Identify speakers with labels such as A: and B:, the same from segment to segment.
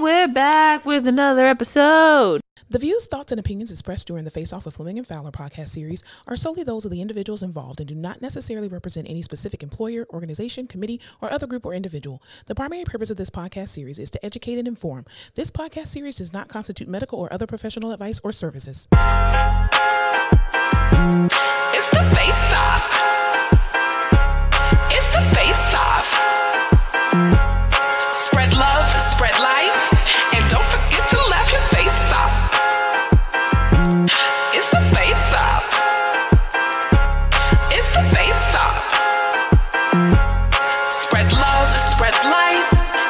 A: we're back with another episode.
B: The views, thoughts, and opinions expressed during the Face Off with Fleming and Fowler podcast series are solely those of the individuals involved and do not necessarily represent any specific employer, organization, committee, or other group or individual. The primary purpose of this podcast series is to educate and inform. This podcast series does not constitute medical or other professional advice or services.
C: It's the face off. It's the face off. Spread love, spread light, and don't forget to laugh your face off. It's the face off. It's the face off. Spread love, spread light,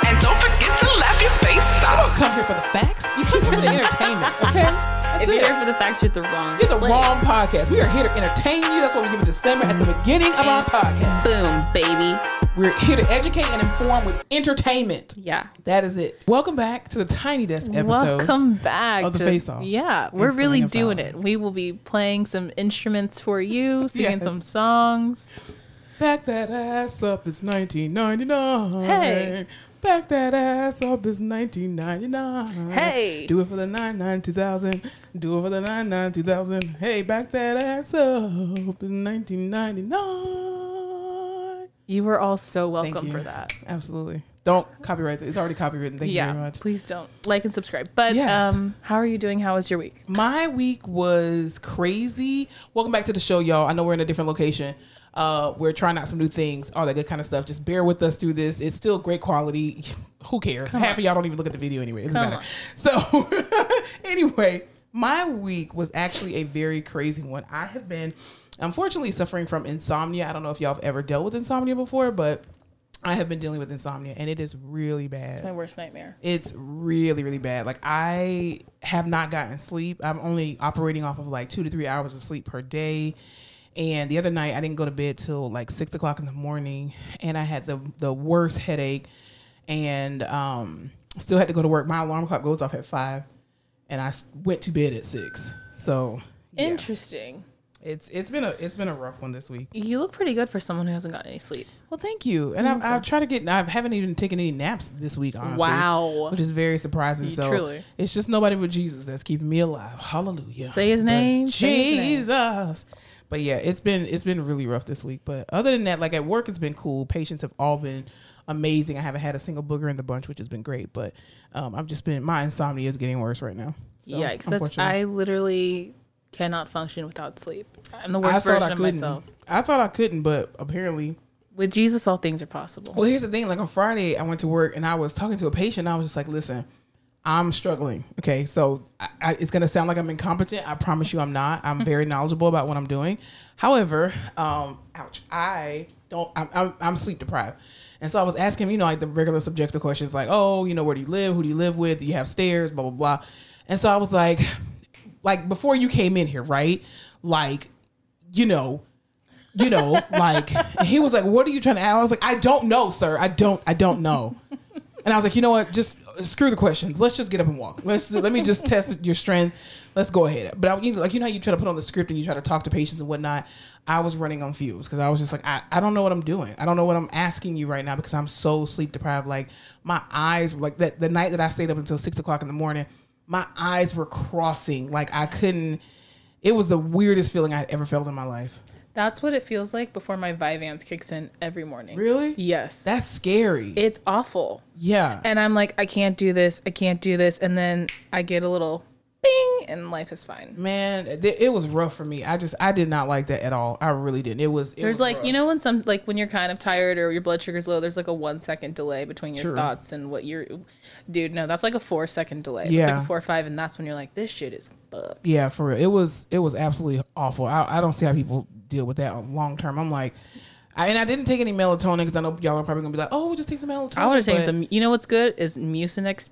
C: and don't forget to laugh your face off.
B: Come here for the facts. You come here for the entertainment, okay? Mm-hmm. That's
A: If you're
B: it.
A: here for the facts, you're at the wrong.
B: You're the
A: place.
B: wrong podcast. We are here to entertain you. That's why we give a disclaimer at the beginning of our podcast.
A: Boom, baby.
B: We're here to educate and inform with entertainment.
A: Yeah.
B: That is it. Welcome back to the Tiny Desk episode.
A: Welcome back
B: of Oh, the
A: to-
B: Face Off.
A: Yeah, we're really
B: Fleming and
A: doing
B: Fowler.
A: it. We will be playing some instruments for you, singing
B: Yes.
A: some songs.
B: Back that ass up is 1999.
A: Hey.
B: Back that ass up is 1999.
A: Hey.
B: Do it for the 99 2000. Do it for the 99 2000. Hey, back that ass up is 1999.
A: You were all so
B: Thank
A: welcome
B: you.
A: for that.
B: Absolutely. Don't copyright it. It's already copywritten. Thank you very
A: Yeah,
B: much.
A: please don't like and subscribe. But
B: Yes.
A: um, how are you doing? How was your week?
B: My week was crazy. Welcome back to the show, y'all. I know we're in a different location. Uh, we're trying out some new things, all that good kind of stuff. Just bear with us through this. It's still great quality. Who cares? Half of y'all don't even look at the video anyway. It doesn't
A: Come
B: matter. So, anyway, my week was actually a very crazy one. I have been, unfortunately, suffering from insomnia. I don't know if y'all have ever dealt with insomnia before, but I have been dealing with insomnia, and it is really bad.
A: My worst nightmare.
B: It's really, really bad. Like I have not gotten sleep. I'm only operating off of like two to three hours of sleep per day. And the other night I didn't go to bed till like six o'clock in the morning and I had the the worst headache and um still had to go to work. My alarm clock goes off at five and I s- went to bed at six. So yeah.
A: Interesting.
B: it's it's been a it's been a rough one this week.
A: You look pretty good for someone who hasn't gotten any sleep.
B: Well, thank you. And I've, I've tried to get. I haven't even taken any naps this week, honestly.
A: Wow.
B: which is very surprising. So
A: truly.
B: it's just nobody but Jesus that's keeping me alive. Hallelujah.
A: Say his
B: But
A: name, say his name.
B: Jesus. But yeah, it's been it's been really rough this week. But other than that, like at work, it's been cool. Patients have all been amazing. I haven't had a single booger in the bunch, which has been great. But um, I've just been my insomnia is getting worse right now. So,
A: Yikes! That's
B: unfortunately.
A: I literally cannot function without sleep. I'm the
B: I
A: worst
B: thought
A: version
B: I
A: of
B: couldn't.
A: myself.
B: I thought I couldn't, but apparently
A: With Jesus, all things are possible.
B: Well, here's the thing. Like on Friday, I went to work and I was talking to a patient. I was just like, "Listen, I'm struggling. Okay, so I, I, it's gonna sound like I'm incompetent. I promise you, I'm not. I'm very knowledgeable about what I'm doing. However, um, ouch, I don't. I'm, I'm, I'm sleep deprived, and so I was asking, him, you know, like the regular subjective questions, like, oh, you know, where do you live? Who do you live with? Do you have stairs? Blah blah blah. And so I was like, like before you came in here, right? Like, you know, you know, like and he was like, "What are you trying to?" Ask? I was like, "I don't know, sir. I don't. I don't know." And I was like, "You know what? Just screw the questions. Let's just get up and walk. Let's let me just test your strength. Let's go ahead." But I, you know, like you know how you try to put on the script and you try to talk to patients and whatnot. I was running on fumes because I was just like, I, I don't know what I'm doing. I don't know what I'm asking you right now because I'm so sleep deprived. Like my eyes, like that the night that I stayed up until six o'clock in the morning, my eyes were crossing. Like I couldn't. It was the weirdest feeling I had ever felt in my life.
A: That's what it feels like before my Vyvanse kicks in every morning.
B: Really?
A: Yes.
B: That's scary.
A: it's awful.
B: yeah.
A: And I'm like, I can't do this. I can't do this. And then I get a little bing and life is fine.
B: Man, th- it was rough for me. I just I did not like that at all. I really didn't. It was it
A: There's
B: was
A: like,
B: rough.
A: you know, when some, like when you're kind of tired or your blood sugar's low, there's like a one second delay between your thoughts and what you're, dude, no, that's like a four second delay. It's like
B: Yeah.
A: a four or five. And that's when you're like, this shit is fucked.
B: Yeah, for real. It was it was absolutely awful. I, I don't see how people deal with that on long term. I'm like I, and I didn't take any melatonin because I know y'all are probably gonna be like, oh, we'll just take some melatonin.
A: I want to take
B: but-
A: some, you know what's good is Mucinex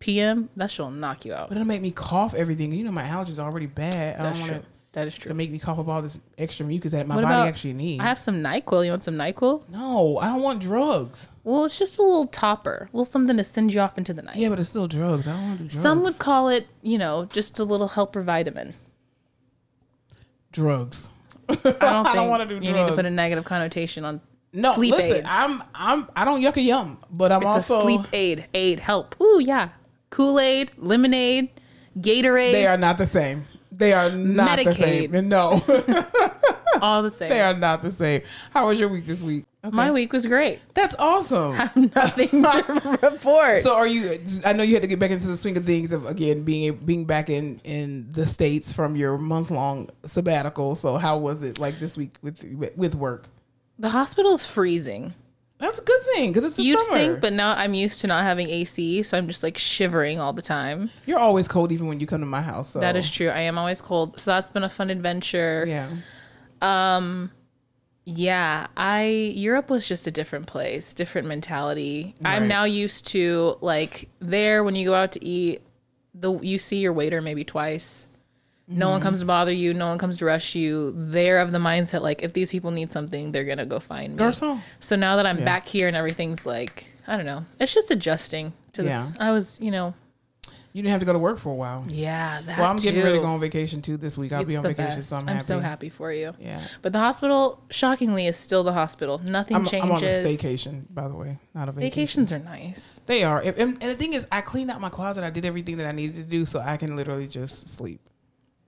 A: PM. That shit'll knock you out.
B: but it'll make me cough everything. You know my allergies are already bad. I
A: That's
B: don't
A: true.
B: want
A: That is
B: it
A: true.
B: to make me cough up all this extra mucus that my
A: What
B: body
A: about-
B: actually needs.
A: I have some NyQuil. You want some NyQuil?
B: no, I don't want drugs.
A: Well, it's just a little topper, a little something to send you off into the night.
B: Yeah, but it's still drugs. I don't want to do drugs.
A: Some would call it, you know, just a little helper vitamin.
B: drugs.
A: I don't,
B: I don't
A: think
B: wanna do
A: You need to put a
B: drugs.
A: negative connotation on
B: No,
A: sleep
B: listen,
A: aids.
B: I'm I'm I don't yuck a yum, but I'm
A: it's
B: also
A: a sleep aid, aid, help. Ooh, yeah. Kool Aid, lemonade, Gatorade,
B: They are not the same. They are not the
A: Medicaid.
B: same. No,
A: all the same.
B: they are not the same. How was your week this week?
A: My week was great.
B: That's awesome.
A: Nothing to report.
B: So are you? I know you had to get back into the swing of things of again being being back in in the states from your month long sabbatical. So how was it like this week with with work?
A: the hospital's freezing.
B: That's a good thing because it's the
A: You'd
B: summer.
A: think, but now I'm used to not having AC, so I'm just like shivering all the time.
B: You're always cold even when you come to my house. So
A: That is true. I am always cold. So that's been a fun adventure.
B: yeah.
A: Yeah, I Europe was just a different place, different mentality.
B: Right.
A: I'm now used to like there when you go out to eat, the you see your waiter maybe twice. No
B: Mm-hmm.
A: one comes to bother you, no one comes to rush you. They're of the mindset like if these people need something, they're going to go find me.
B: Garcon.
A: So now that I'm back here and everything's like, I don't know. It's just adjusting to this. I was, you know,
B: You didn't have to go to work for a while.
A: yeah, that
B: Well, I'm getting
A: too.
B: ready to go on vacation too this week. I'll be
A: It's
B: on
A: the
B: vacation,
A: best.
B: so I'm
A: I'm,
B: happy.
A: so happy for you.
B: Yeah.
A: But the hospital, shockingly, is still the hospital. Nothing
B: I'm,
A: changes.
B: I'm on a staycation, by the way, not a vacation.
A: Vacations are nice.
B: They are, and, and the thing is, I cleaned out my closet. I did everything that I needed to do, so I can literally just sleep.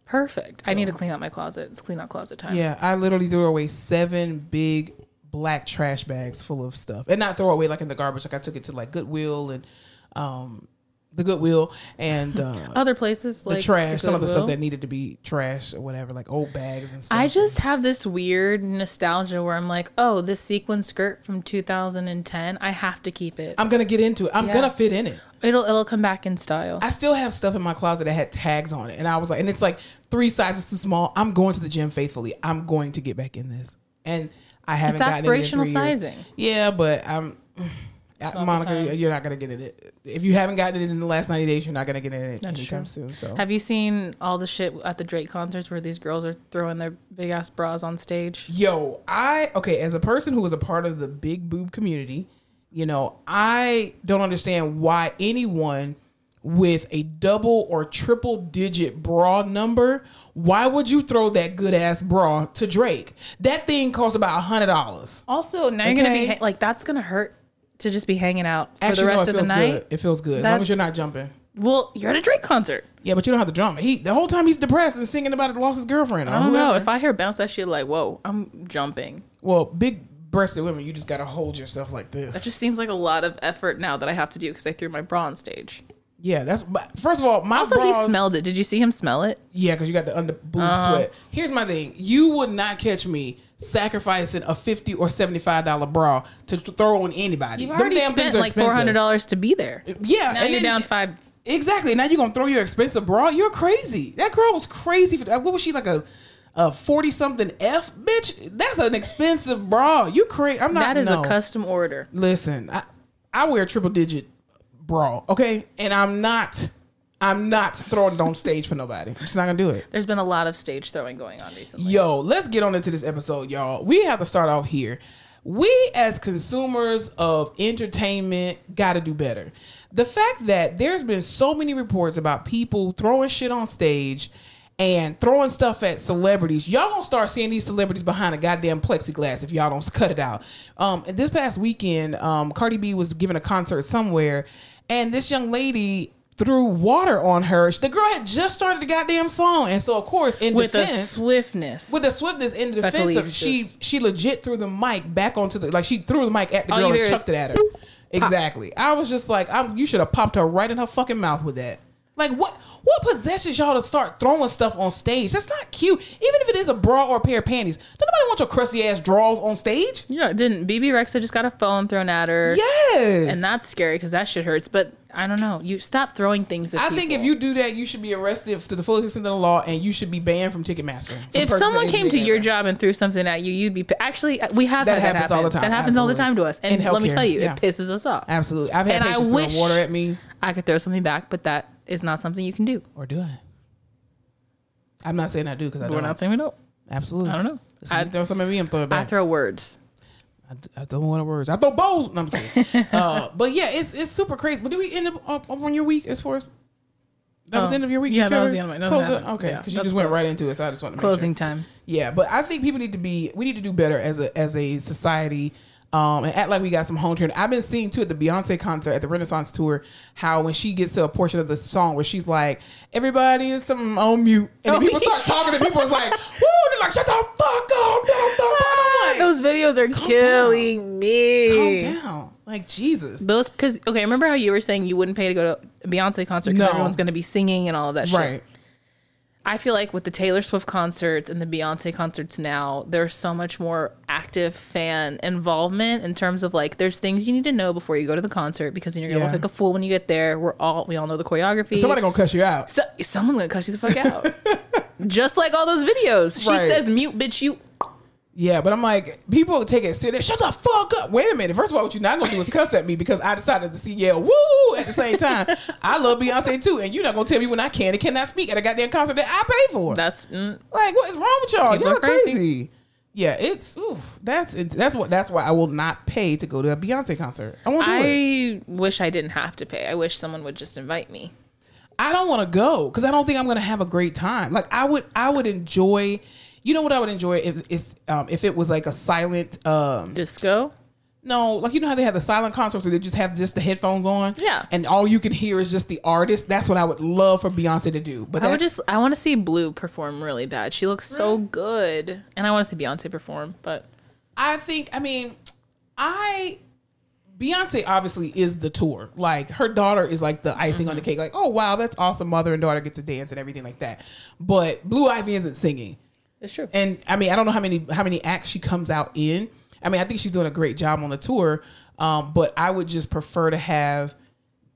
A: Perfect. I need to clean out my closet. It's clean out closet time.
B: Yeah, I literally threw away seven big black trash bags full of stuff, and not throw away like in the garbage. Like I took it to like Goodwill and um, the Goodwill and uh,
A: Other places like
B: the trash, some of the stuff
A: Goodwill.
B: that needed to be trash or whatever, like old bags and stuff.
A: I just have this weird nostalgia where I'm like, oh, this sequin skirt from 2010, I have to keep it.
B: I'm gonna get into it. I'm
A: Yeah.
B: gonna fit in it.
A: It'll it'll come back in style.
B: I still have stuff in my closet that had tags on it, and I was like, and it's like three sizes too small. I'm going to the gym faithfully. I'm going to get back in this, and I haven't. gotten in it in
A: aspirational
B: three years.
A: sizing.
B: Yeah, but I'm.
A: the
B: Monica,
A: time.
B: you're not gonna get in it. If you haven't gotten it in the last 90 days, you're not gonna get in it
A: That's
B: anytime
A: true.
B: soon. So
A: Have you seen all the shit at the Drake concerts where these girls are throwing their big ass bras on stage?
B: Yo, I okay, as a person who was a part of the big boob community, you know, I don't understand why anyone with a double or triple digit bra number, why would you throw that good ass bra to Drake? That thing costs about a hundred dollars.
A: Also, now you're gonna be
B: Okay.
A: ha- like that's gonna hurt to just be hanging out for the
B: Actually, no,
A: rest of
B: it
A: the
B: feels
A: night.
B: good. It feels good. as
A: That-
B: long as you're not jumping.
A: Well, you're at a Drake concert.
B: Yeah, but you don't have to jump. He the whole time he's depressed and singing about it lost his girlfriend. or
A: I don't know.
B: whoever.
A: If I hear bounce that shit, like, whoa, I'm jumping.
B: Well, big breasted women, you just gotta hold yourself like this.
A: It just seems like a lot of effort now that I have to do because I threw my bra on stage.
B: yeah, that's but first of all, my
A: Also,
B: bras,
A: he smelled it. Did you see him smell it?
B: Yeah, because you got the under boob
A: Uh-huh.
B: sweat. Here's my thing: you would not catch me sacrificing a fifty or seventy five dollar bra to th- throw on anybody.
A: You've
B: Them
A: already
B: damn things
A: spent
B: are
A: like four
B: expensive.
A: hundred dollars to be there.
B: Yeah,
A: Now
B: and
A: you're
B: then-
A: down five.
B: Exactly. Now you're gonna throw your expensive bra? You're crazy. That girl was crazy. For, uh, what was she like a? A forty something F bitch. That's an expensive bra. You crazy? I'm not.
A: That is
B: no.
A: a custom order.
B: Listen, I, I wear triple digit bra, okay? And I'm not I'm not throwing it on stage for nobody. I'm just not gonna do it.
A: There's been a lot of stage throwing going on recently.
B: Yo, let's get on into this episode, y'all. We have to start off here. We as consumers of entertainment gotta do better. The fact that there's been so many reports about people throwing shit on stage and throwing stuff at celebrities. Y'all gonna start seeing these celebrities behind a goddamn plexiglass if y'all don't cut it out. Um, and this past weekend, um, Cardi B was giving a concert somewhere, and this young lady threw water on her. The girl had just started the goddamn song, and so of course, in
A: with a
B: defense,
A: swiftness.
B: with the swiftness in defense of
A: Beckley's
B: she
A: just-
B: she legit threw the mic back onto the like she threw the mic at the
A: All you
B: girl and
A: hear
B: chucked
A: is
B: it at her. Exactly. I was just like, I'm, you should have popped her right in her fucking mouth with that. Like what what possesses y'all to start throwing stuff on stage? That's not cute. Even if it is a bra or a pair of panties, don't nobody want your crusty ass drawers on stage.
A: yeah, it didn't BB Rexa just got a phone thrown at her?
B: Yes.
A: Er, and that's scary because that shit hurts. But I don't know. You stop throwing things. At
B: I think if
A: people.
B: you do that, you should be arrested to the fullest extent of the law, and you should be banned from Ticketmaster. from
A: if
B: purchasing
A: someone came to
B: anything
A: your
B: ever.
A: job and threw something at you, you'd be actually. uh, We have
B: That
A: had
B: happens all the
A: happen.
B: time,
A: That happens all the time
B: absolutely.
A: to us. And
B: In
A: let me
B: healthcare,
A: tell you,
B: yeah.
A: it pisses us off.
B: Absolutely, I've had
A: And I
B: patients
A: wish-
B: throw water at me.
A: I could throw something back, but that is not something you can do.
B: Or do I? I'm not saying I do because I
A: But we're
B: don't.
A: not saying we don't.
B: Absolutely.
A: I don't know.
B: I, throw something at me, I'm throwing it
A: I
B: back.
A: throw words.
B: I, th- I don't want to words. I throw bowls. No, I'm kidding. uh, but yeah, it's it's super crazy. But did we end up up, up on your week as far as that was
A: Oh.
B: the end of your week?
A: Yeah,
B: You
A: that was
B: covered-
A: the end of my- nothing
B: Close it.
A: happened.
B: Okay,
A: Yeah,
B: because you
A: that's
B: just went
A: close.
B: right into it. So I just want to make sure.
A: Closing time.
B: Yeah, but I think people need to be we need to do better as a as a society um, and act like we got some home turn. I've been seeing too at the Beyonce concert at the Renaissance tour how when she gets to a portion of the song where she's like, "Everybody is some on
A: Oh,
B: mute," and then people start talking, and people is like, "Woo!" They're like, "Shut the fuck up!" Blah, blah, blah. blah."
A: Those videos are killing me.
B: Calm down, like Jesus.
A: Those because okay, remember how you were saying you wouldn't pay to go to a Beyonce concert because
B: No.
A: everyone's going to be singing and all of that shit.
B: Right.
A: I feel like with the Taylor Swift concerts and the Beyonce concerts now, there's so much more active fan involvement in terms of like there's things you need to know before you go to the concert because then you're gonna
B: Yeah.
A: look like a fool when you get there. We're all we all know the choreography.
B: Somebody gonna cuss you out.
A: So, someone's gonna cuss you the fuck out. Just like all those videos. She
B: Right.
A: says mute bitch you
B: Yeah, but I'm like, people take it serious. Shut the fuck up. Wait a minute. First of all, what you're not gonna do is cuss at me because I decided to see yell woo at the same time. I love Beyonce too, and you're not gonna tell me when I can and cannot speak at a goddamn concert that I pay for.
A: that's mm,
B: like, what is wrong with y'all?
A: People
B: Y'all
A: are crazy.
B: crazy. Yeah, it's oof. That's it, that's what that's why I will not pay to go to a Beyonce concert. I won't do it.
A: I wish I didn't have to pay. I wish someone would just invite me.
B: I don't want to go because I don't think I'm gonna have a great time. Like I would I would enjoy. You know what I would enjoy if it's um, if it was like a silent um,
A: Disco?
B: No, like you know how they have the silent concerts where they just have just the headphones on,
A: Yeah.
B: and all you can hear is just the artist. That's what I would love for Beyonce to do. But
A: I would
B: that's-
A: just I want to see Blue perform really bad. She looks so good, and I want to see Beyonce perform. But
B: I think, I mean, I Beyonce obviously is the tour. Like her daughter is like the icing
A: Mm-hmm.
B: on the cake. Like, oh wow, that's awesome. Mother and daughter get to dance and everything like that. But Blue Ivy isn't singing.
A: it's true.
B: and I mean, I don't know how many how many acts she comes out in. I mean, I think she's doing a great job on the tour, um, but I would just prefer to have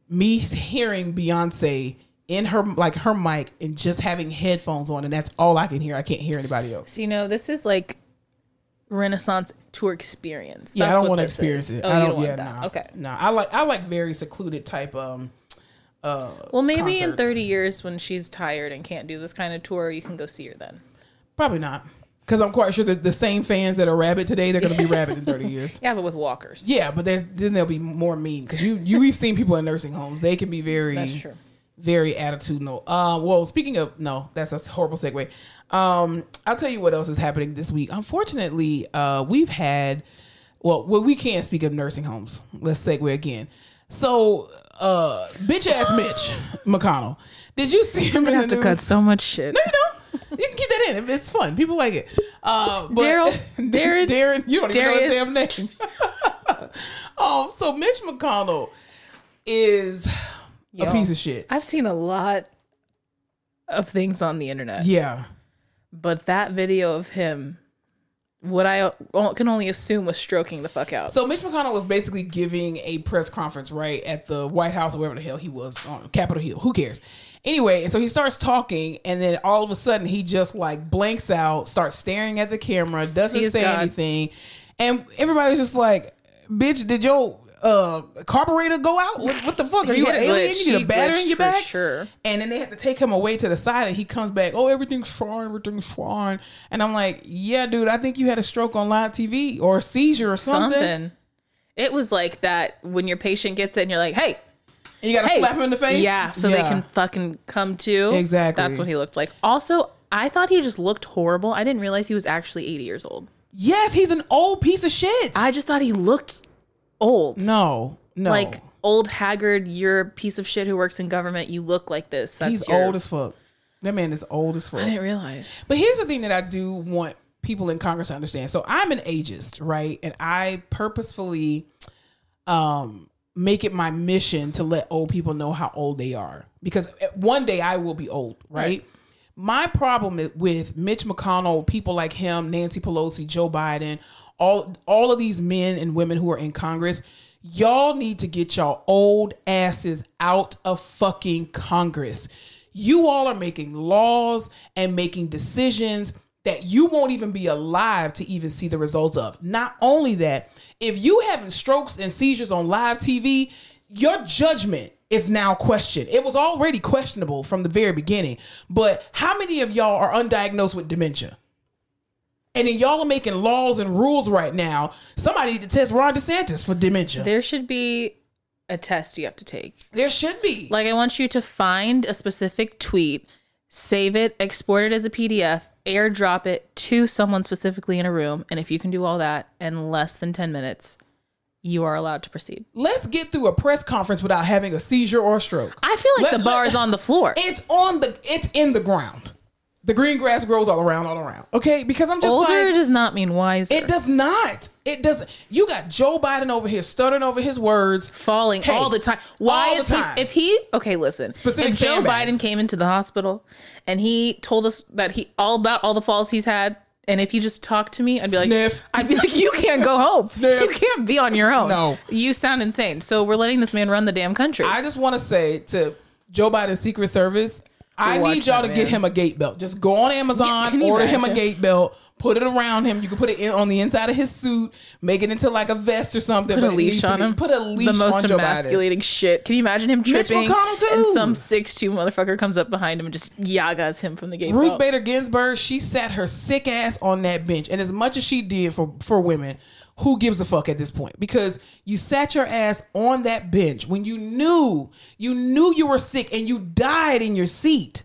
B: me hearing Beyonce in her like her mic and just having headphones on, and that's all I can hear. I can't hear anybody else.
A: so you know, this is like Renaissance tour experience.
B: yeah, I
A: That's
B: don't
A: what
B: want to
A: this
B: experience
A: is.
B: it.
A: Oh,
B: I
A: you
B: don't.
A: want
B: yeah,
A: that.
B: nah.
A: Okay.
B: Nah, I like I like very secluded type. Um, uh,
A: Well, maybe in
B: concerts.
A: 30 years when she's tired and can't do this kind of tour, you can go see her then.
B: probably not because I'm quite sure that the same fans that are rabid today, they're gonna be rabid in 30 years.
A: Yeah, but with walkers.
B: Yeah, but there's then they'll be more mean because you you we've seen people in nursing homes. They can be very
A: That's true.
B: very attitudinal. Um, well, speaking of no, that's a horrible segue. Um, I'll tell you what else is happening this week. Unfortunately, uh, we've had well, well, we can't speak of nursing homes. Let's segue again. So, uh, bitch ass Mitch McConnell, did you see him in the news?
A: so much shit.
B: You know, you can keep that in. It's fun. People like it. Uh, but
A: Daryl, Darren,
B: Darren, you don't even
A: Darius.
B: know his damn name. um, so Mitch McConnell is
A: Yo.
B: a piece of shit.
A: I've seen a lot of things on the internet.
B: yeah.
A: But that video of him, what I o- can only assume was stroking the fuck out.
B: So Mitch McConnell was basically giving a press conference right at the White House or wherever the hell he was on Capitol Hill. Who cares? Anyway, and so he starts talking, and then all of a sudden he just like blanks out, starts staring at the camera, doesn't
A: Sees
B: say
A: God.
B: anything, and everybody's just like, "Bitch, did your uh, carburetor go out? What, what the fuck? Are you
A: He
B: an alien?
A: glitched.
B: You need
A: He
B: a battery
A: glitched
B: in your
A: for
B: back?"
A: Sure.
B: And then they have to take him away to the side, and he comes back. Oh, everything's fine, everything's fine. And I'm like, yeah, dude, I think you had a stroke on live TV or a seizure or something.
A: Something. It was like that when your patient gets it and you're like, hey,
B: And you gotta
A: hey.
B: slap him in the face.
A: Yeah, so they
B: Yeah.
A: can fucking come to.
B: Exactly.
A: That's what he looked like. Also, I thought he just looked horrible. I didn't realize he was actually 80 years old.
B: Yes, he's an old piece of shit.
A: I just thought he looked old.
B: no, no.
A: Like old haggard, you're a piece of shit who works in government. You look like this. That's
B: he's
A: your-
B: old as fuck. That man is old as fuck.
A: I didn't realize.
B: But here's the thing that I do want people in Congress to understand. So I'm an ageist, right? And I purposefully um make it my mission to let old people know how old they are because one day I will be old, right? My problem i- with Mitch McConnell, people like him, Nancy Pelosi, Joe Biden, all all of these men and women who are in Congress, y'all need to get y'all old asses out of fucking Congress. You all are making laws and making decisions that you won't even be alive to even see the results of. Not only that, if you having strokes and seizures on live TV, your judgment is now questioned. It was already questionable from the very beginning. But how many of y'all are undiagnosed with dementia? And then y'all are making laws and rules right now. Somebody need to test Ron DeSantis for dementia. There,
A: There should be a test you have to take.
B: should be.
A: Like, I want you to find a specific tweet, save it, export it as a PDF, airdrop it to someone specifically in a room. And if you can do all that in less than 10 minutes, you are allowed to proceed.
B: Let's get through a press conference without having a seizure or a stroke.
A: I feel like
B: Let-
A: the bar
B: let-
A: is on the floor.
B: It's on the. It's in the ground. The green grass grows all around, all around. Okay, because I'm just
A: Older
B: like,
A: does not mean wiser.
B: It does not. It does. You got Joe Biden over here stuttering over his words.
A: falling
B: Hey,
A: all the time. Why
B: all the
A: is
B: time.
A: he? If he okay, listen.
B: Specific
A: if Joe
B: sandbags.
A: Biden came into the hospital and he told us that he all about all the falls he's had, and if you just talked to me, I'd be like,
B: Sniff.
A: I'd be like, you can't go home.
B: Sniff.
A: You can't be on your own.
B: No.
A: you sound insane. So we're letting this man run the damn country.
B: I just want to say to Joe Biden's Secret Service, I
A: Watch
B: need y'all to
A: that
B: get
A: man.
B: him a gate belt. Just go on Amazon,
A: Can you
B: order him a
A: imagine?
B: gate belt, put it around him. You can put it in on the inside of his suit, make it into like a vest or something.
A: Put a
B: but it needs
A: leash
B: to
A: on
B: be-
A: him.
B: Put a leash
A: The most
B: on Joe Biden.
A: emasculating shit. Can you imagine him
B: Mitch
A: tripping?
B: McConnell, too.
A: And some six two motherfucker comes up behind him and just yagas him from the gate.
B: Ruth
A: belt.
B: Bader Ginsburg, she sat her sick ass on that bench. And as much as she did for, for women, who gives a fuck at this point? Because you sat your ass on that bench when you knew you knew you were sick and you died in your seat.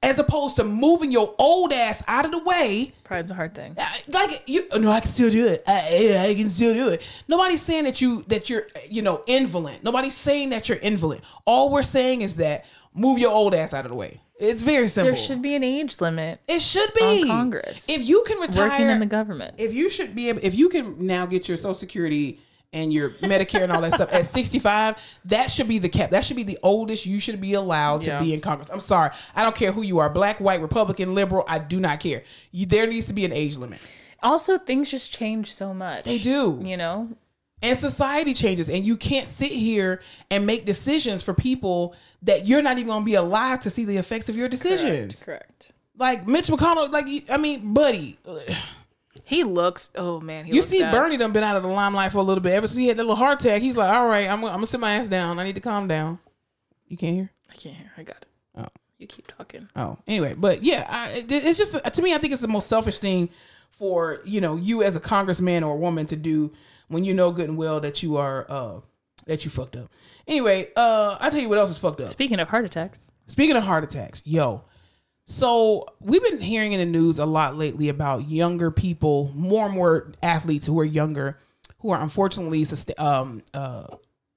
B: As opposed to moving your old ass out of the way,
A: Pride's a hard thing.
B: I- like you, no, I can still do it. I, I- I can still do it. Nobody's saying that you that you're you know invalid. Nobody's saying that you're invalid. All we're saying is that move your old ass out of the way. It's very simple.
A: There should be an age limit.
B: It should be
A: on Congress.
B: If you can retire
A: Working in the government.
B: if you should be able, if you can now get your Social Security and your Medicare and all that stuff at 65, that should be the cap. That should be the oldest you should be allowed to
A: Yeah.
B: be in Congress. I'm sorry, I don't care who you are, black, white, Republican, liberal. I do not care. You, there needs to be an age limit.
A: also things just change so much
B: They do.
A: you know
B: and society changes and you can't sit here and make decisions for people that you're not even going to be alive to see the effects of your decisions
A: correct, correct
B: like mitch mcconnell like i mean buddy
A: he looks oh man he
B: you
A: looks
B: see
A: bad.
B: bernie done been out of the limelight for a little bit ever since he had that little heart attack he's like all right i'm, gonna- I'm gonna sit my ass down i need to calm down you can't hear
A: i can't hear i got it
B: Oh.
A: you keep talking
B: Oh, anyway, but yeah, I, it- it's just to me, I think it's the most selfish thing for you know you as a congressman or woman to do when you know good and well that you are uh that you fucked up. Anyway, uh, I will tell you what else is fucked up.
A: speaking of heart attacks
B: Speaking of heart attacks, yo. So we've been hearing in the news a lot lately about younger people, more and more athletes who are younger, who are unfortunately susta- um, uh,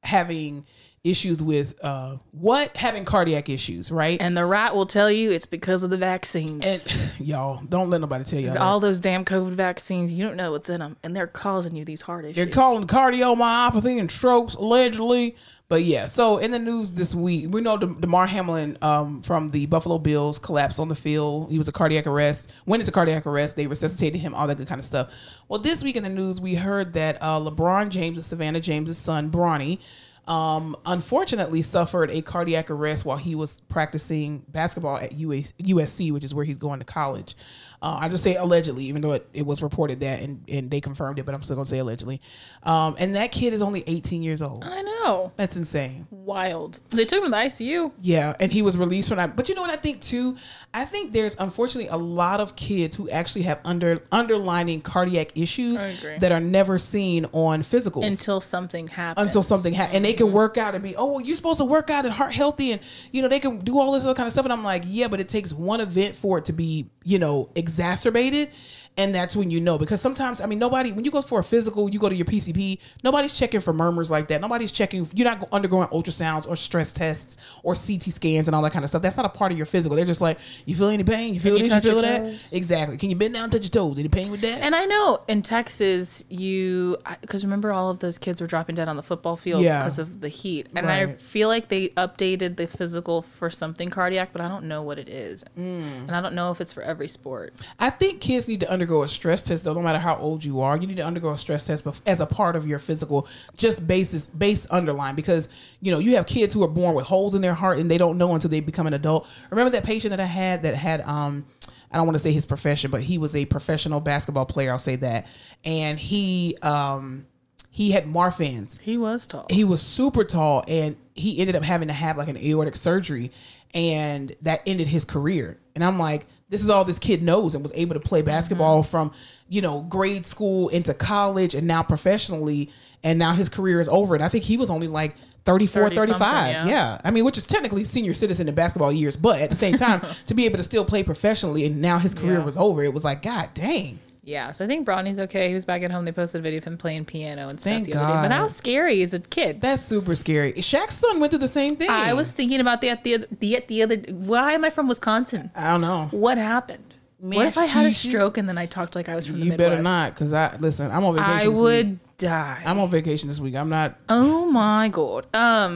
B: having issues with uh, what having cardiac issues, right?
A: and the rat will tell you it's because of the vaccines
B: And uh, y'all, don't let nobody tell y'all. that.
A: all those damn covid vaccines you don't know what's in them and they're causing you these heart issues
B: They're calling cardiomyopathy and strokes allegedly. But yeah, so in the news this week, we know De- DeMar Hamlin um, from the Buffalo Bills collapsed on the field. He was a cardiac arrest, went into cardiac arrest. They resuscitated him, all that good kind of stuff. Well, this week in the news, we heard that uh, LeBron James and Savannah James' son, Bronny, um, unfortunately suffered a cardiac arrest while he was practicing basketball at US, USC, which is where he's going to college. Uh, I just say allegedly, even though it, it was reported that and, and they confirmed it, but I'm still going to say allegedly. Um, and that kid is only 18 years old.
A: i know
B: That's insane.
A: wild they took him to the icu
B: Yeah, and he was released from that. But you know what I think too? I think there's unfortunately a lot of kids who actually have under underlining cardiac issues
A: I agree.
B: that are never seen on physicals
A: until something happens
B: until something happens and they can work out and be oh well, you're supposed to work out and heart healthy and you know they can do all this other kind of stuff and i'm like yeah but it takes one event for it to be you know exacerbated and that's when you know because sometimes i mean nobody when you go for a physical you go to your pcp nobody's checking for murmurs like that nobody's checking you're not undergoing ultrasounds or stress tests or ct scans and all that kind of stuff that's not a part of your physical they're just like you feel any pain you feel
A: you
B: this you
A: touch your
B: feel that
A: toes?
B: exactly can you bend down and touch your toes any pain with that
A: And I know in Texas, you because remember all of those kids were dropping dead on the football field
B: Yeah.
A: because of the heat, and I
B: Right.
A: feel like they updated the physical for something cardiac, but I don't know what it is,
B: Mm.
A: and I don't know if it's for every sport.
B: I think kids need to undergo a stress test, though. No matter how old you are, you need to undergo a stress test bef- as a part of your physical, just basis base underline because you know you have kids who are born with holes in their heart and they don't know until they become an adult. Remember that patient that I had that had um, I don't want to say his profession, but he was a professional basketball player. I'll say that, and he um, he had Marfan's
A: He was tall.
B: he was super tall and he ended up having to have like an aortic surgery and that ended his career and i'm like this is all this kid knows and was able to play basketball
A: Mm-hmm.
B: from you know grade school into college and now professionally and now his career is over and i think he was only like 34
A: 30-something,
B: 35 yeah.
A: yeah.
B: i mean which is technically senior citizen in basketball years but at the same time to be able to still play professionally and now his career
A: Yeah.
B: was over it was like god dang
A: Yeah, so I think Bronny's okay. He was back at home. They posted a video of him playing piano and stuff
B: Thank
A: the other day. But
B: God.
A: how scary is a kid?
B: That's super scary. Shaq's son went through the same thing.
A: I was thinking about that the other, the, the other. Why am I from Wisconsin?
B: I don't know.
A: What happened? what if I had a
B: Massachusetts?
A: stroke and then I talked like I was from the
B: You
A: Midwest?
B: better not, because I listen. I'm on vacation.
A: I
B: this
A: would
B: Week.
A: die.
B: I'm on vacation this week. I'm not.
A: oh my god. Um,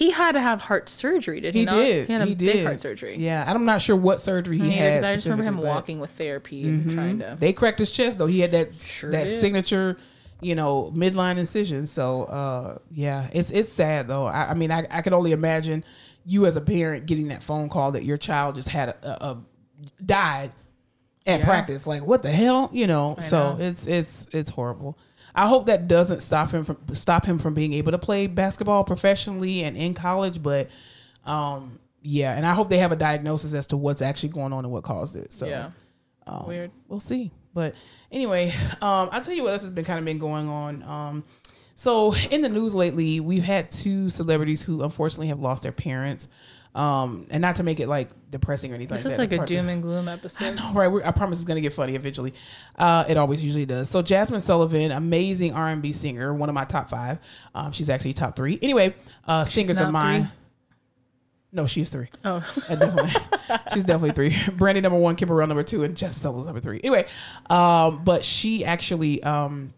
A: he had to have heart surgery. Did he,
B: He
A: not?
B: did.
A: He had a big
B: did
A: heart surgery.
B: Yeah, I'm not sure what surgery he
A: Yeah,
B: had.
A: because I just remember him
B: specifically, but Mm-hmm.
A: walking with therapy and trying to.
B: They cracked his chest though. He had that that
A: did.
B: signature, you know, midline incision. So uh, yeah, it's it's sad though. I, I mean, I, I could only imagine you as a parent getting that phone call that your child just had a, a, a died at practice. Like what the hell, you know? so it's it's it's horrible. I hope that doesn't stop him from stop him from being able to play basketball professionally and in college. But um, yeah, and I hope they have a diagnosis as to what's actually going on and what caused it. So
A: yeah.
B: Oh.
A: Weird.
B: we'll see. But anyway, um, I'll tell you what else has been kind of been going on. Um, so in the news lately, we've had two celebrities who unfortunately have lost their parents. Um, and not to make it like depressing or anything.
A: This is
B: that,
A: like a
B: part-
A: doom and gloom episode.
B: all right, we're, I promise it's gonna get funny eventually. Uh, it always usually does. So Jasmine Sullivan, amazing R and B singer, one of my top five. Um, she's actually top three. Anyway, uh, singers
A: not
B: of mine.
A: three?
B: No, she's three.
A: Oh,
B: Uh, definitely. She's definitely three. Brandy number one, Kimberell number two, and Jasmine Sullivan's number three. Anyway, um, but she actually um,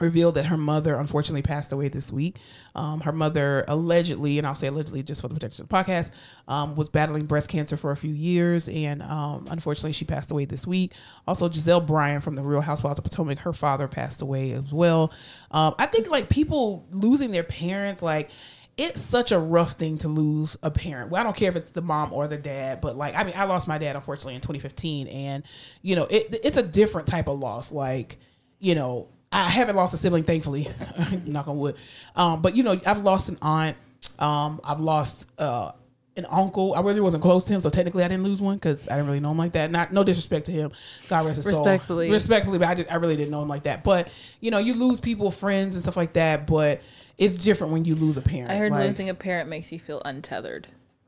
B: revealed that her mother unfortunately passed away this week. Um, her mother allegedly, and I'll say allegedly just for the protection of the podcast, um, was battling breast cancer for a few years, and um, unfortunately she passed away this week. Also, Giselle Bryan from the Real Housewives of Potomac, her father passed away as well. Um, I think like people losing their parents, like it's such a rough thing to lose a parent. Well, I don't care if it's the mom or the dad, but like, I mean, I lost my dad unfortunately in 2015, and you know, it, it's a different type of loss. Like, you know, I haven't lost a sibling, thankfully, knock on wood. Um, but you know, I've lost an aunt. Um, I've lost uh, an uncle. I really wasn't close to him, so technically, I didn't lose one because I didn't really know him like that. Not no disrespect to him. God rest his soul.
A: Respectfully.
B: Res- respectfully, but I, did, I really didn't know him like that. But you know, you lose people, friends, and stuff like that. But it's different when you lose a parent.
A: I heard
B: Like,
A: losing a parent makes you feel untethered.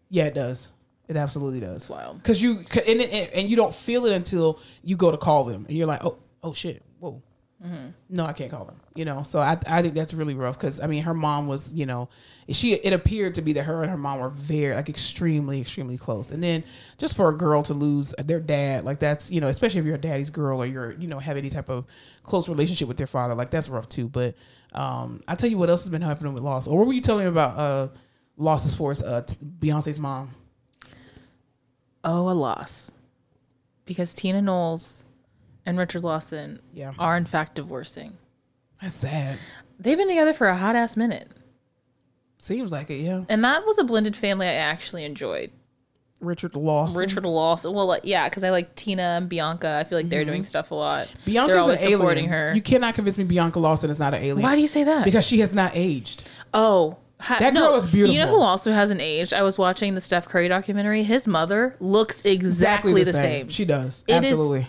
B: Yeah, it does. It absolutely does.
A: wild.
B: Because you c- and, and and you don't feel it until you go to call them, and you're like, oh, oh shit, whoa. No, I can't call them. You know, so I I think that's really rough because I mean her mom was you know she it appeared to be that her and her mom were very like extremely extremely close, and then just for a girl to lose their dad like that's you know especially if you're a daddy's girl or you're you know have any type of close relationship with their father like that's rough too. But um, I tell you what else has been happening with loss, or what were you telling me about uh losses for us, uh, t- Beyonce's mom?
A: Oh, a loss. Because Tina Knowles and Richard Lawson
B: Yeah.
A: are in fact divorcing.
B: That's sad.
A: They've been together for a hot ass minute.
B: Seems like it, yeah.
A: And that was a blended family I actually enjoyed.
B: Richard Lawson.
A: Richard Lawson. Well, like, yeah, because I like Tina and Bianca. I feel like they're doing stuff a lot. they're
B: Mm-hmm. Bianca's an
A: always
B: alien.
A: supporting her.
B: You cannot convince me Bianca Lawson is not an alien.
A: Why do you say that?
B: Because she has not aged.
A: Oh, ha-
B: That girl is beautiful.
A: You know who also hasn't aged? I was watching the Steph Curry documentary. His mother looks exactly, the, same.
B: She does.
A: It is-
B: Absolutely.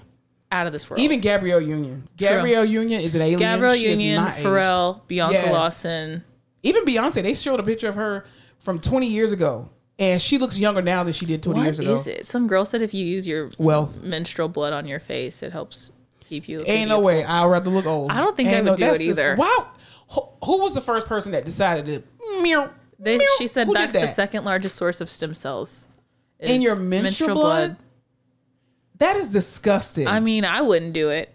A: out of this world.
B: Even Gabrielle Union. Gabrielle Union is an alien.
A: Gabrielle
B: She is
A: Union,
B: not aged.
A: Pharrell, Bianca
B: Yes.
A: Lawson.
B: Even Beyonce, they showed a picture of her from 20 years ago. And she looks younger now than she did 20
A: What
B: years ago.
A: is it? Some girl said if you use your
B: Wealth.
A: menstrual blood on your face, it helps keep you.
B: Ain't no way. I'd rather look old.
A: I don't think
B: Ain't
A: I would do
B: that's
A: it
B: just-
A: either.
B: wow. Who, who was the first person that decided to meow?
A: They,
B: meow?
A: she said
B: Who did
A: that's the
B: that?
A: second largest source of stem cells. It
B: in
A: is
B: your menstrual, blood? That is disgusting.
A: I mean, I wouldn't do it.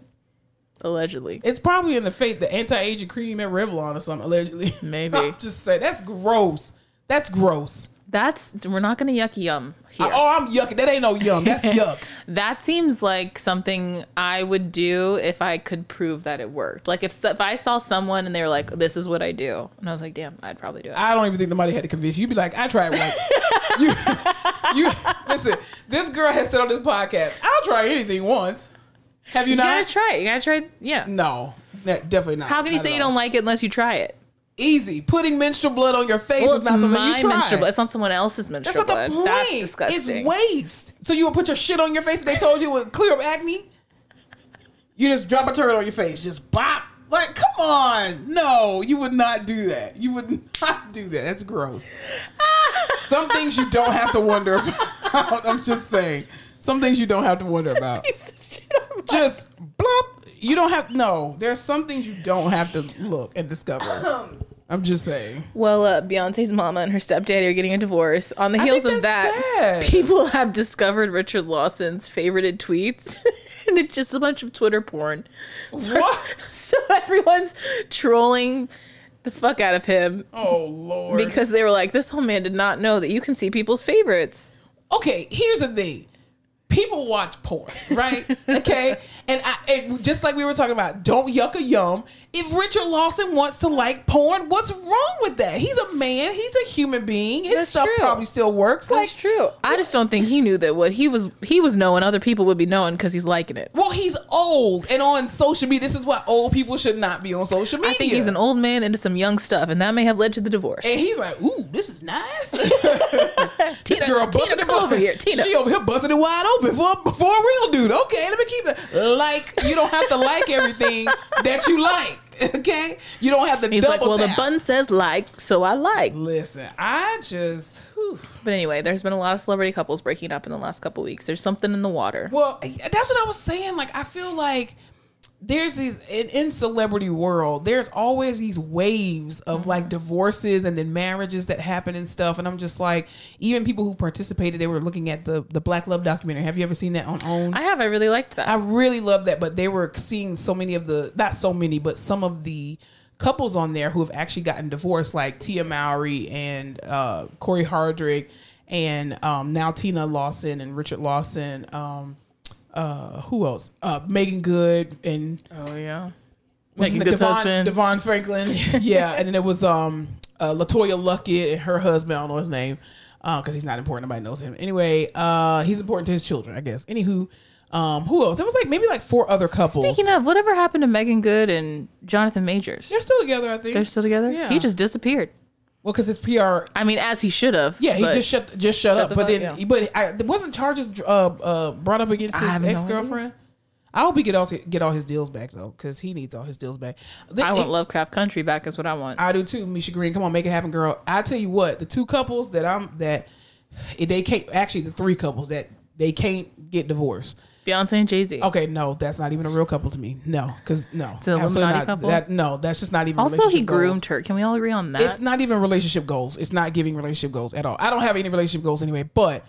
A: Allegedly,
B: it's probably in the fate the anti-aging cream at Revlon or something allegedly.
A: Maybe.
B: I'm just say that's gross. That's gross.
A: that's we're not gonna yuck yum here.
B: I- oh, I'm yucking. That ain't no yum. That's yuck.
A: That seems like something I would do if I could prove that it worked. Like if so- if I saw someone and they were like, "This is what I do," and I was like, "Damn, I'd probably do it."
B: I don't even think nobody had to convince you. You'd be like, I tried once. you, you listen. This girl has said on this podcast, I'll try anything once. Have you
A: you gotta
B: not?
A: try it. You gotta try. it. Yeah.
B: no, no, definitely not.
A: How can you
B: Not
A: say
B: at
A: you
B: all.
A: don't like it unless you try it?
B: Easy putting menstrual blood on your face
A: Well,
B: is
A: it's
B: not
A: not
B: something
A: my
B: you try.
A: menstrual blood. It's not someone else's menstrual
B: That's not the
A: blood.
B: point.
A: That's disgusting.
B: It's waste. So you would put your shit on your face and they told you it would clear up acne? You just drop a turd on your face, just bop. Like, come on. No, you would not do that. You would not do that. That's gross. Some things you don't have to wonder about. I'm just saying. Some things you don't have to wonder about.
A: Piece of shit.
B: Just blop. you don't have no. There's some things you don't have to look and discover.
A: Um,
B: I'm just saying.
A: Well, uh, Beyonce's mama and her stepdaddy are getting a divorce. On the heels
B: think
A: of
B: that's
A: that,
B: sad.
A: people have discovered Richard Lawson's favorited tweets, and it's just a bunch of Twitter porn. So,
B: What?
A: so everyone's trolling the fuck out of him
B: Oh lord.
A: because they were like, "This whole man did not know that you can see people's favorites."
B: okay, here's the thing. People watch porn, right? Okay, and, I, and just like we were talking about, don't yuck a yum. If Richard Lawson wants to like porn, what's wrong with that? He's a man. He's a human being. His
A: That's
B: stuff
A: true.
B: probably still works.
A: That's
B: like,
A: true. I just don't think he knew that what he was he was knowing other people would be knowing because he's liking it.
B: well, he's old and on social media. This is why old people should not be on social media.
A: I think he's an old man into some young stuff, and that may have led to the divorce.
B: And he's like, ooh, this is nice. this
A: Tina-
B: girl
A: Tina,
B: busting it
A: come
B: wide-
A: over here, Tina.
B: She over here busting it wide open for, a- for a real dude. Okay, let me keep it. Like, you don't have to like everything that you like. Okay? You don't have to
A: He's like,
B: double
A: well, the
B: tap.
A: button says like, so I like.
B: Listen, I just. whew.
A: But anyway, there's been a lot of celebrity couples breaking up in the last couple weeks. There's something in the water.
B: Well, that's what I was saying. Like, I feel like there's these in, in celebrity world. There's always these waves of
A: Mm-hmm.
B: like divorces and then marriages that happen and stuff. And I'm just like, even people who participated, they were looking at the the Black Love documentary. Have you ever seen that on OWN?
A: I
B: I,
A: have. I really liked that.
B: really love that, but they were seeing so many of the not so many, but some of the couples on there who have actually gotten divorced, like Tia Mowry and uh, Corey Hardrick. And um, now Tina Lawson and Richard Lawson. Um, uh, who else? Uh, Megan Good and
A: oh yeah.
B: what's
A: Megan
B: his name?
A: Good's
B: Devon,
A: husband.
B: Devon Franklin. yeah, and then it was um uh, Latoya Luckett and her husband. I don't know his name because he's not important. Nobody knows him. Anyway, uh, he's important to his children, I guess. Anywho, um, who else? It was like maybe like four other couples.
A: Speaking of, whatever happened to Megan Good and Jonathan Majors?
B: They're still together, I think.
A: They're still together.
B: Yeah.
A: He just disappeared.
B: well, because his PR.
A: I mean, as he should have.
B: Yeah, he
A: but
B: just shut just shut, up.
A: the
B: But
A: fuck
B: then,
A: up.
B: but I, there wasn't charges uh, uh, brought up against
A: have
B: his
A: no idea.
B: ex girlfriend. I hope he get all get all his deals back though, because he needs all his deals back.
A: I
B: It-
A: want Lovecraft Country back. Is what I want.
B: I do too, Misha Green. Come on, make it happen, girl. I tell you what, the two couples that I'm that eh, they can't actually the three couples that they can't get divorced.
A: Beyonce and Jay Z.
B: Okay, no, that's not even a real couple to me. No, because no,
A: an
B: Absolutely
A: Illuminati
B: not.
A: couple?
B: That, no, that's just not even.
A: Also, he
B: relationship goals.
A: groomed her. Can we all agree on that?
B: It's not even relationship goals. It's not giving relationship goals at all. I don't have any relationship goals anyway. But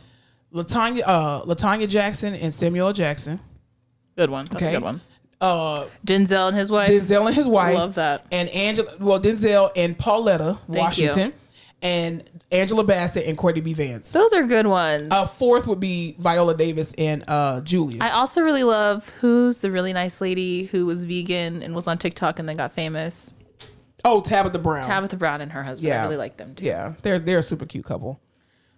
B: Latanya, uh, Latanya Jackson and Samuel Jackson,
A: good one. That's
B: Okay.
A: a good one.
B: uh,
A: Denzel and his wife.
B: Denzel and his wife.
A: Love that.
B: And Angela, well, Denzel and Pauletta Washington, and Angela Bassett and Courtney B. Vance.
A: Those are good ones.
B: A fourth would be Viola Davis and uh, Julius.
A: I also really love who's the really nice lady who was vegan and was on TikTok and then got famous.
B: oh, Tabitha Brown.
A: Tabitha Brown and her husband.
B: Yeah.
A: I really like them too.
B: Yeah, they're they're a super cute couple.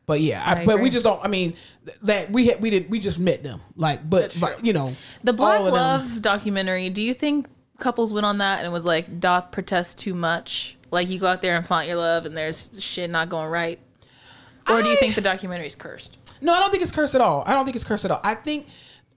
B: But yeah, I,
A: I
B: but we
A: agree.
B: just don't. I mean, th- that we had, we didn't we just met them. Like, but like, you know,
A: The Black
B: all of them-
A: Love documentary. Do you think couples went on that and was like, "Doth protest too much"? Like you go out there and flaunt your love and there's shit not going right. Or do you
B: I-
A: think the documentary's cursed?
B: No, I don't think it's cursed at all. I don't think it's cursed at all. I think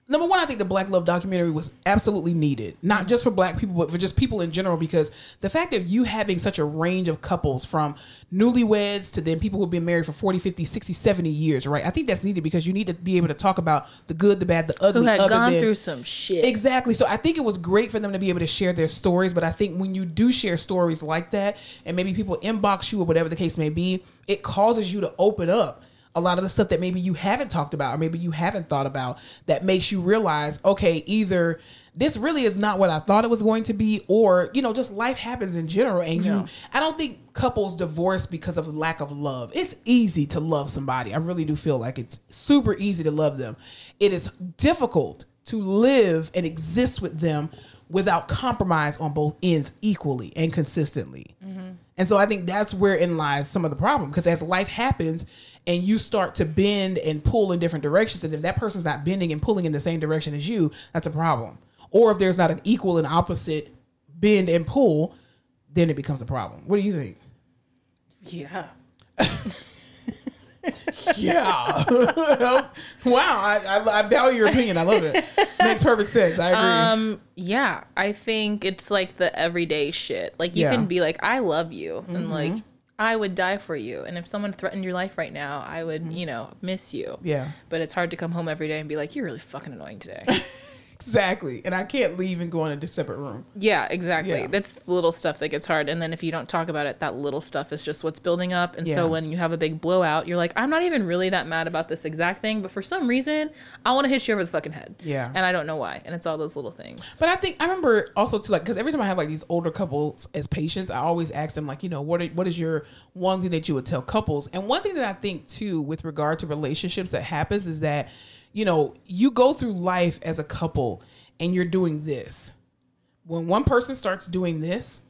B: number one, I think the Black Love documentary was absolutely needed, not just for Black people, but for just people in general, because the fact of you having such a range of couples from newlyweds to then people who've been married for 40, 50, 60, 70 years, right? I think that's needed because you need to be able to talk about the good, the bad, the ugly.
A: Who had
B: other
A: gone
B: than-
A: through some shit?
B: Exactly. So I think it was great for them to be able to share their stories, but I think when you do share stories like that, and maybe people inbox you or whatever the case may be, it causes you to open up a lot of the stuff that maybe you haven't talked about or maybe you haven't thought about that makes you realize, okay, either this really is not what I thought it was going to be, or you know, just life happens in general. And you, I don't think couples divorce because of lack of love. It's easy to love somebody. I really do feel like it's super easy to love them. It is difficult to live and exist with them without compromise on both ends equally and consistently. And so I think that's wherein lies some of the problem because as life happens and you start to bend and pull in different directions, and if that person's not bending and pulling in the same direction as you, that's a problem. Or if there's not an equal and opposite bend and pull, then it becomes a problem. What do you think?
A: Yeah.
B: Yeah. wow. I, I, I value your opinion. I love it. Makes perfect sense. I agree.
A: Um, yeah, I think it's like the everyday shit. Like you
B: Yeah. Mm-hmm.
A: can be like, I love you, and like I would die for you. And if someone threatened your life right now, I would, you know, miss you.
B: Mm-hmm. yeah.
A: But it's hard to come home every day and be like, you're really fucking annoying today.
B: exactly. And I can't leave and go in a separate room.
A: Yeah, exactly.
B: Yeah.
A: That's the little stuff that gets hard. And then if you don't talk about it, that little stuff is just what's building up. And
B: Yeah.
A: so when you have a big blowout, you're like, I'm not even really that mad about this exact thing, but for some reason, I want to hit you over the fucking head.
B: Yeah.
A: And I don't know why. And it's all those little things.
B: But I think I remember also too, like, because every time I have like these older couples as patients, I always ask them like, you know, what are, what is your one thing that you would tell couples? And one thing that I think too, with regard to relationships, that happens is that, you know, you go through life as a couple, and you're doing this. When one person starts doing this,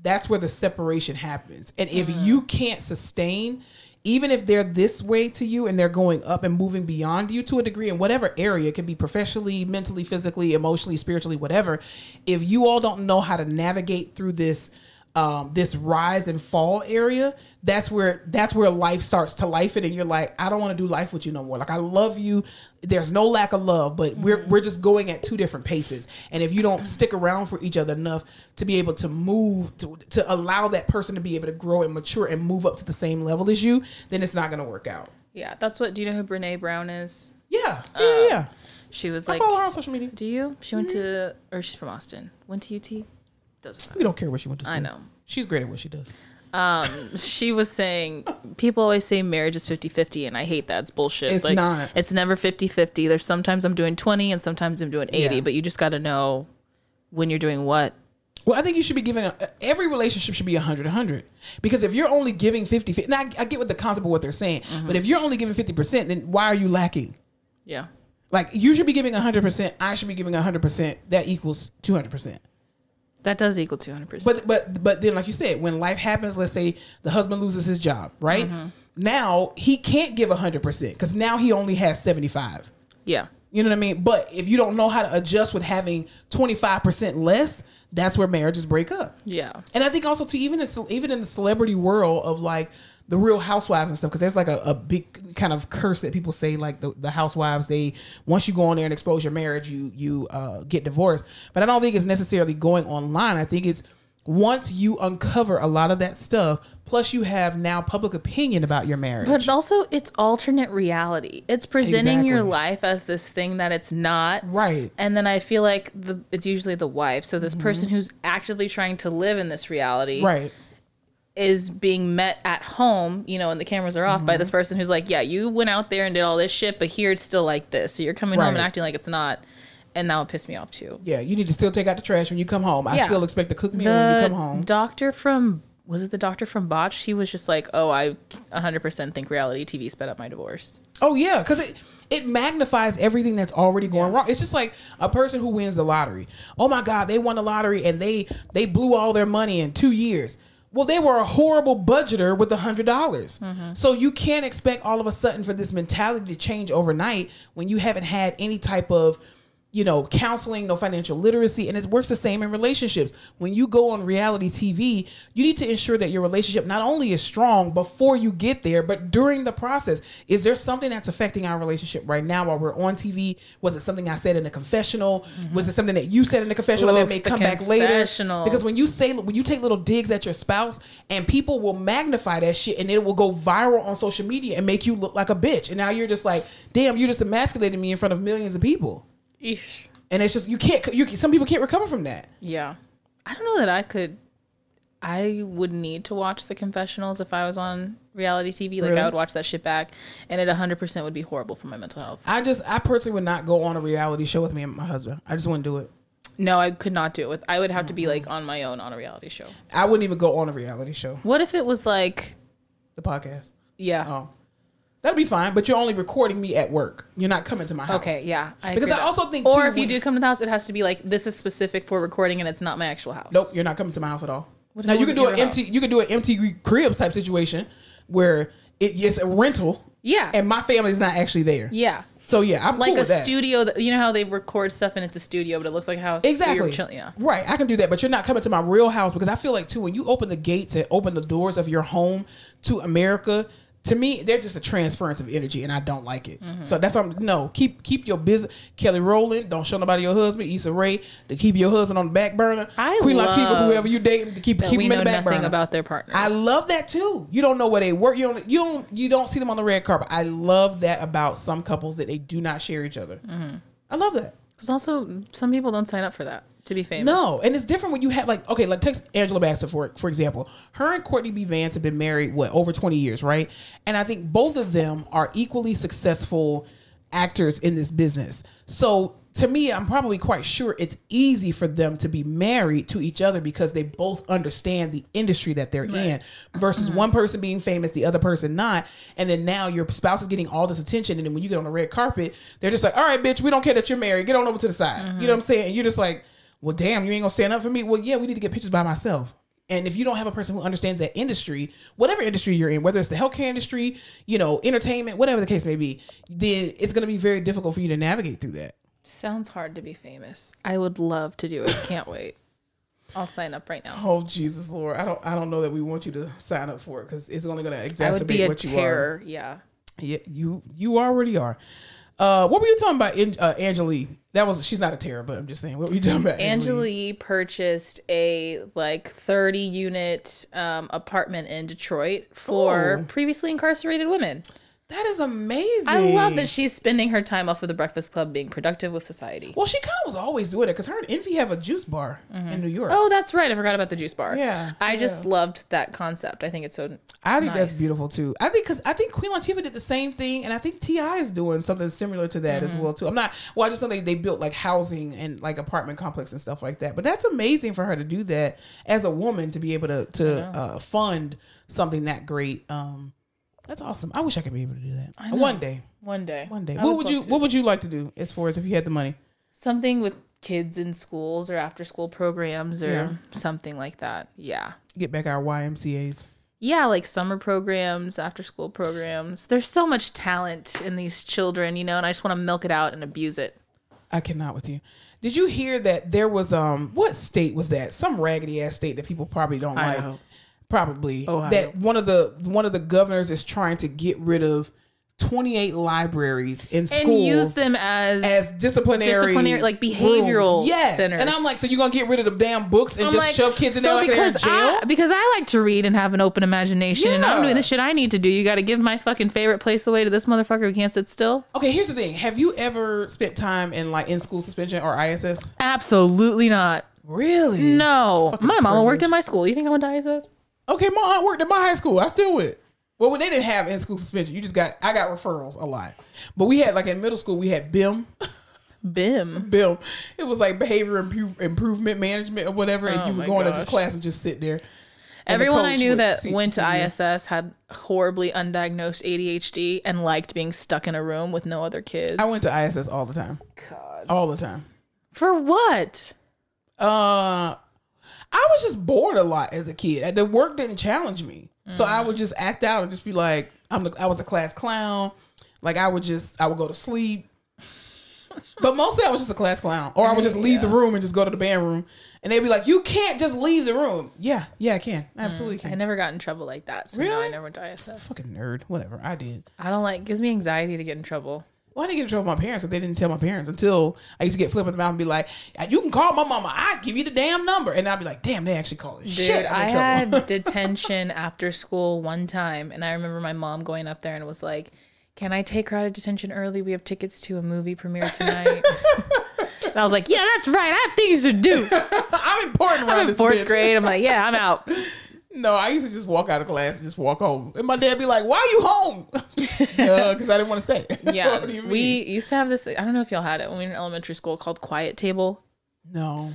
B: that's where the separation happens. And if you can't sustain, even if they're this way to you and they're going up and moving beyond you to a degree in whatever area, it can be professionally, mentally, physically, emotionally, spiritually, whatever. If you all don't know how to navigate through this, um, this rise and fall area, that's where that's where life starts to life it, and you're like, I don't want to do life with you no more. Like I love you. There's no lack of love, but
A: Mm-hmm.
B: we're we're just going at two different paces. And if you don't stick around for each other enough to be able to move to to allow that person to be able to grow and mature and move up to the same level as you, then it's not gonna work out.
A: Yeah. That's what, do you know who Brene Brown is?
B: Yeah, yeah, yeah, yeah.
A: She was Uh,
B: I
A: like,
B: follow Mm-hmm. her on social media.
A: do you? She went to, or she's from Austin. Went to UT? Doesn't matter.
B: We don't care where she went to school.
A: I know.
B: she's great at what she does.
A: she was saying people always say marriage is 50-50 and i hate that it's bullshit
B: It's
A: like,
B: not.
A: it's never 50-50 there's sometimes i'm doing 20 and sometimes i'm doing 80
B: Yeah.
A: but you just got to know when you're doing what
B: Well, I think you should be giving a, every relationship should be 100 100 because if you're only giving 50 50 now I, I get what the concept of what they're saying, but if you're only giving 50%, then why are you lacking?
A: yeah
B: Like you should be giving 100%, I should be giving 100%, that equals 200%.
A: that does equal 200%
B: But but but then like you said, when life happens, let's say the husband loses his job, right? Now he can't give 100% cuz now he only has 75.
A: yeah
B: You know what I mean? But if you don't know how to adjust with having 25% less, that's where marriages break up.
A: yeah
B: And I think also too, even in, ce- even in the celebrity world of like the Real Housewives and stuff, because there's like a, a big kind of curse that people say like the, the housewives they once you go on there and expose your marriage, you you uh, get divorced. But I don't think it's necessarily going online. I think it's once you uncover a lot of that stuff, plus you have now public opinion about your marriage.
A: but also it's alternate reality it's presenting your
B: Exactly.
A: life as this thing that it's not
B: right. Mm-hmm.
A: and then i feel like the it's usually the wife so this person who's actively trying to live in this reality
B: Right.
A: is being met at home, you know, and the cameras are off
B: Mm-hmm.
A: by this person who's like, yeah, you went out there and did all this shit, but here it's still like this. So you're coming home and
B: Right.
A: acting like it's not. And that would piss me off too.
B: Yeah, you need to still take out the trash when you come home. I
A: Yeah.
B: still expect the cook meal when you
A: The
B: come home.
A: doctor from, was it the doctor from Botch? She was just like, oh, I 100% think reality TV sped up my divorce.
B: Oh yeah, because it it magnifies everything that's already going wrong. It's just like a person who wins the lottery. Oh my God, they won the lottery and they they blew all their money in two years. Well, they were a horrible budgeter with a hundred dollars. So you can't expect all of a sudden for this mentality to change overnight when you haven't had any type of you know, counseling, no financial literacy, and it works the same in relationships. When you go on reality TV, you need to ensure that your relationship not only is strong before you get there, but during the process. Is there something that's affecting our relationship right now while we're on TV? Was it something I said in the confessional? Was it something that you said in the confessional
A: Mm-hmm. Oof,
B: that may
A: the
B: come back later?
A: confessionals.
B: Because when you say when you take little digs at your spouse, and people will magnify that shit, and it will go viral on social media and make you look like a bitch. And now you're just like, damn, you just emasculated me in front of millions of people and it's just you can't you some people can't recover from that
A: Yeah. I don't know that I could. I would need to watch the confessionals if I was on reality TV. Like,
B: Really?
A: I would watch that shit back, and it 100% would be horrible for my mental health.
B: i just i personally would not go on a reality show with me and my husband i just wouldn't do it
A: No, I could not do it with. I would have to be like on my own on a reality show.
B: i wouldn't even go on a reality show
A: What if it was like,
B: the podcast
A: yeah,
B: oh that'd be fine but you're only recording me at work you're not coming to my house
A: okay, yeah, I
B: Because
A: agree
B: I
A: with-
B: also think,
A: or
B: too,
A: if you
B: when-
A: do come to the house, it has to be like this is specific for recording and it's not my actual house.
B: nope you're not coming to my house at all
A: What if
B: now
A: it
B: you
A: was at
B: could do
A: your
B: an empty
A: house?
B: you could do an empty cribs type situation where it, it's a rental
A: Yeah.
B: and my family's not actually there
A: Yeah,
B: so yeah i'm
A: like
B: cool
A: a
B: with that.
A: studio. That, you know how they record stuff and it's a studio, but it looks like a house. but you're
B: Exactly.
A: chill- yeah.
B: Right. I can do that, but you're not coming to my real house because I feel like too when you open the gates and open the doors of your home to America, to me they're just a transference of energy, and I don't like it.
A: Mm-hmm.
B: So that's why I'm no keep keep your business. Kelly Rowland, don't show nobody your husband. Issa Rae, to keep your husband on the back burner.
A: I
B: Queen Latifah,
A: love
B: whoever you dating, to keep
A: That
B: keep
A: we
B: him in
A: know
B: the back
A: nothing
B: burner.
A: about their partners.
B: I love that too. You don't know where they work. You don't. You don't. You don't
A: Mm-hmm.
B: see them on the red carpet. I love that about some couples that they do not share each other. I love that.
A: Because also, some people don't sign up for that to be famous.
B: No, and it's different when you have like okay, like take Angela Baxter for for example. Her and Courtney B. Vance have been married what over twenty years, right? And I think both of them are equally successful actors in this business. So to me, I'm probably quite sure it's easy for them to be married to each other because they both understand the industry that they're in versus one person being famous, the other person not. And then now your spouse is getting all this attention. And then when you get on the red carpet, they're just like, all right, bitch, we don't care that you're married. Get on over to the side. You know what I'm saying? And you're just like, well, damn, you ain't gonna stand up for me. Well, yeah, we need to get pictures by myself. And if you don't have a person who understands that industry, whatever industry you're in, whether it's the healthcare industry, you know, entertainment, whatever the case may be, then it's gonna be very difficult for you to navigate through that.
A: Sounds hard to be famous. I would love to do it. Can't wait. I'll sign up right now.
B: Oh Jesus, Lord, I don't, I don't know that we want you to sign up for it because it's only gonna exacerbate
A: I would be a
B: what you are.
A: terror. Yeah.
B: Yeah, you you already are. Uh, what were you talking about, An- uh, Angelique? That was she's not a terror, but I'm just saying. What were you talking about, Angelique?
A: Angelique purchased a like 30 unit um, apartment in Detroit for
B: Ooh.
A: previously incarcerated women.
B: That is amazing.
A: I love that she's spending her time off of the Breakfast Club being productive with society.
B: Well, she kind of was always doing it because her and Envy have a juice bar in New York.
A: Oh, that's right. I forgot about the juice bar.
B: Yeah,
A: I just loved that concept. I think it's so
B: I think that's
A: nice.
B: beautiful too. I think because I think Queen Latifah did the same thing, and I think Ti is doing something similar to that
A: Mm-hmm.
B: as well too. I'm not well. I just know they, they built like housing and like apartment complex and stuff like that. But that's amazing for her to do that as a woman to be able to to uh, fund something that great. Um, that's awesome. I wish I could be able to do that one day.
A: one day.
B: One day.
A: I
B: what would
A: love
B: you
A: to
B: What would you like to do as far as if you had the money?
A: something with kids in schools or after school programs or
B: Yeah.
A: something like that. Yeah.
B: Get back our YMCA's.
A: Yeah, like summer programs, after school programs. There's so much talent in these children, you know, and I just want to milk it out and abuse it.
B: I cannot with you. Did you hear that there was um what state was that? Some raggedy ass state that people probably don't like.
A: Idaho.
B: Probably
A: Ohio.
B: that one of the one of the governors is trying to get rid of twenty eight libraries in schools
A: And use them as,
B: as disciplinary,
A: disciplinary- like behavioral
B: rooms. Yes, and
A: centers.
B: I'm like, so you're gonna get rid of the damn books and
A: I'm
B: just
A: like,
B: shove kids in
A: so
B: there like they're in
A: because
B: jail?
A: I because I like to read and have an open imagination and I'm
B: Yeah.
A: doing the shit I need to do. You got to give my fucking favorite place away to this motherfucker who can't sit still?
B: okay, here's the thing: Have you ever spent time in like in school suspension or ISS?
A: Absolutely not.
B: Really?
A: No. my mama
B: privilege.
A: worked in my school. You think I went to ISS?
B: Okay, my aunt worked at my high school. I still went. Well, when they didn't have in school suspension, you just got I got referrals a lot. But we had like in middle school, we had BIM.
A: Bim.
B: BIM. It was like behavior improve, improvement management or whatever, and
A: Oh
B: you would
A: my
B: go into this
A: gosh.
B: class and just sit there. And the
A: Everyone I
B: coach
A: knew
B: would
A: that
B: see-
A: went
B: see you.
A: to ISS had horribly undiagnosed ADHD and liked being stuck in a room with no other kids.
B: I went to ISS all the time. God. All the time.
A: for what?
B: Uh I was just bored a lot as a kid. The work didn't challenge me. So I would just act out and just be like, I'm the, I was a class clown. Like I would just I would go to sleep. But mostly I was just a class clown. Or I would just leave the room and just go to the band room. And they'd be like, You can't just leave the room. Yeah, yeah, I can. I absolutely
A: Mm, I
B: can.
A: never got in trouble like that. So no,
B: Really?
A: I never went to ISS.
B: Fucking nerd. Whatever. I did.
A: I don't like gives me anxiety to get in trouble.
B: Well, I didn't get in trouble with my parents because they didn't tell my parents until I used to get flipped in the mouth and be like, You can call my mama. I give you the damn number. And I'd be like, Damn, they actually call it.
A: Dude,
B: Shit, I'm
A: I
B: in trouble.
A: had detention after school one time, and I remember my mom going up there and was like, "Can I take her out of detention early? We have tickets to a movie premiere tonight." and I was like, "Yeah, that's right. I have things to do."
B: I'm important around
A: I'm in
B: this
A: fourth
B: bitch.
A: grade. I'm like, "Yeah, I'm out."
B: No, I used to just walk out of class and just walk home. And my dad be like, why are you home? Because I didn't want to stay.
A: Yeah,
B: What do you mean?
A: we used to have this. Thing, I don't know if y'all had it when we were in elementary school called quiet table.
B: No.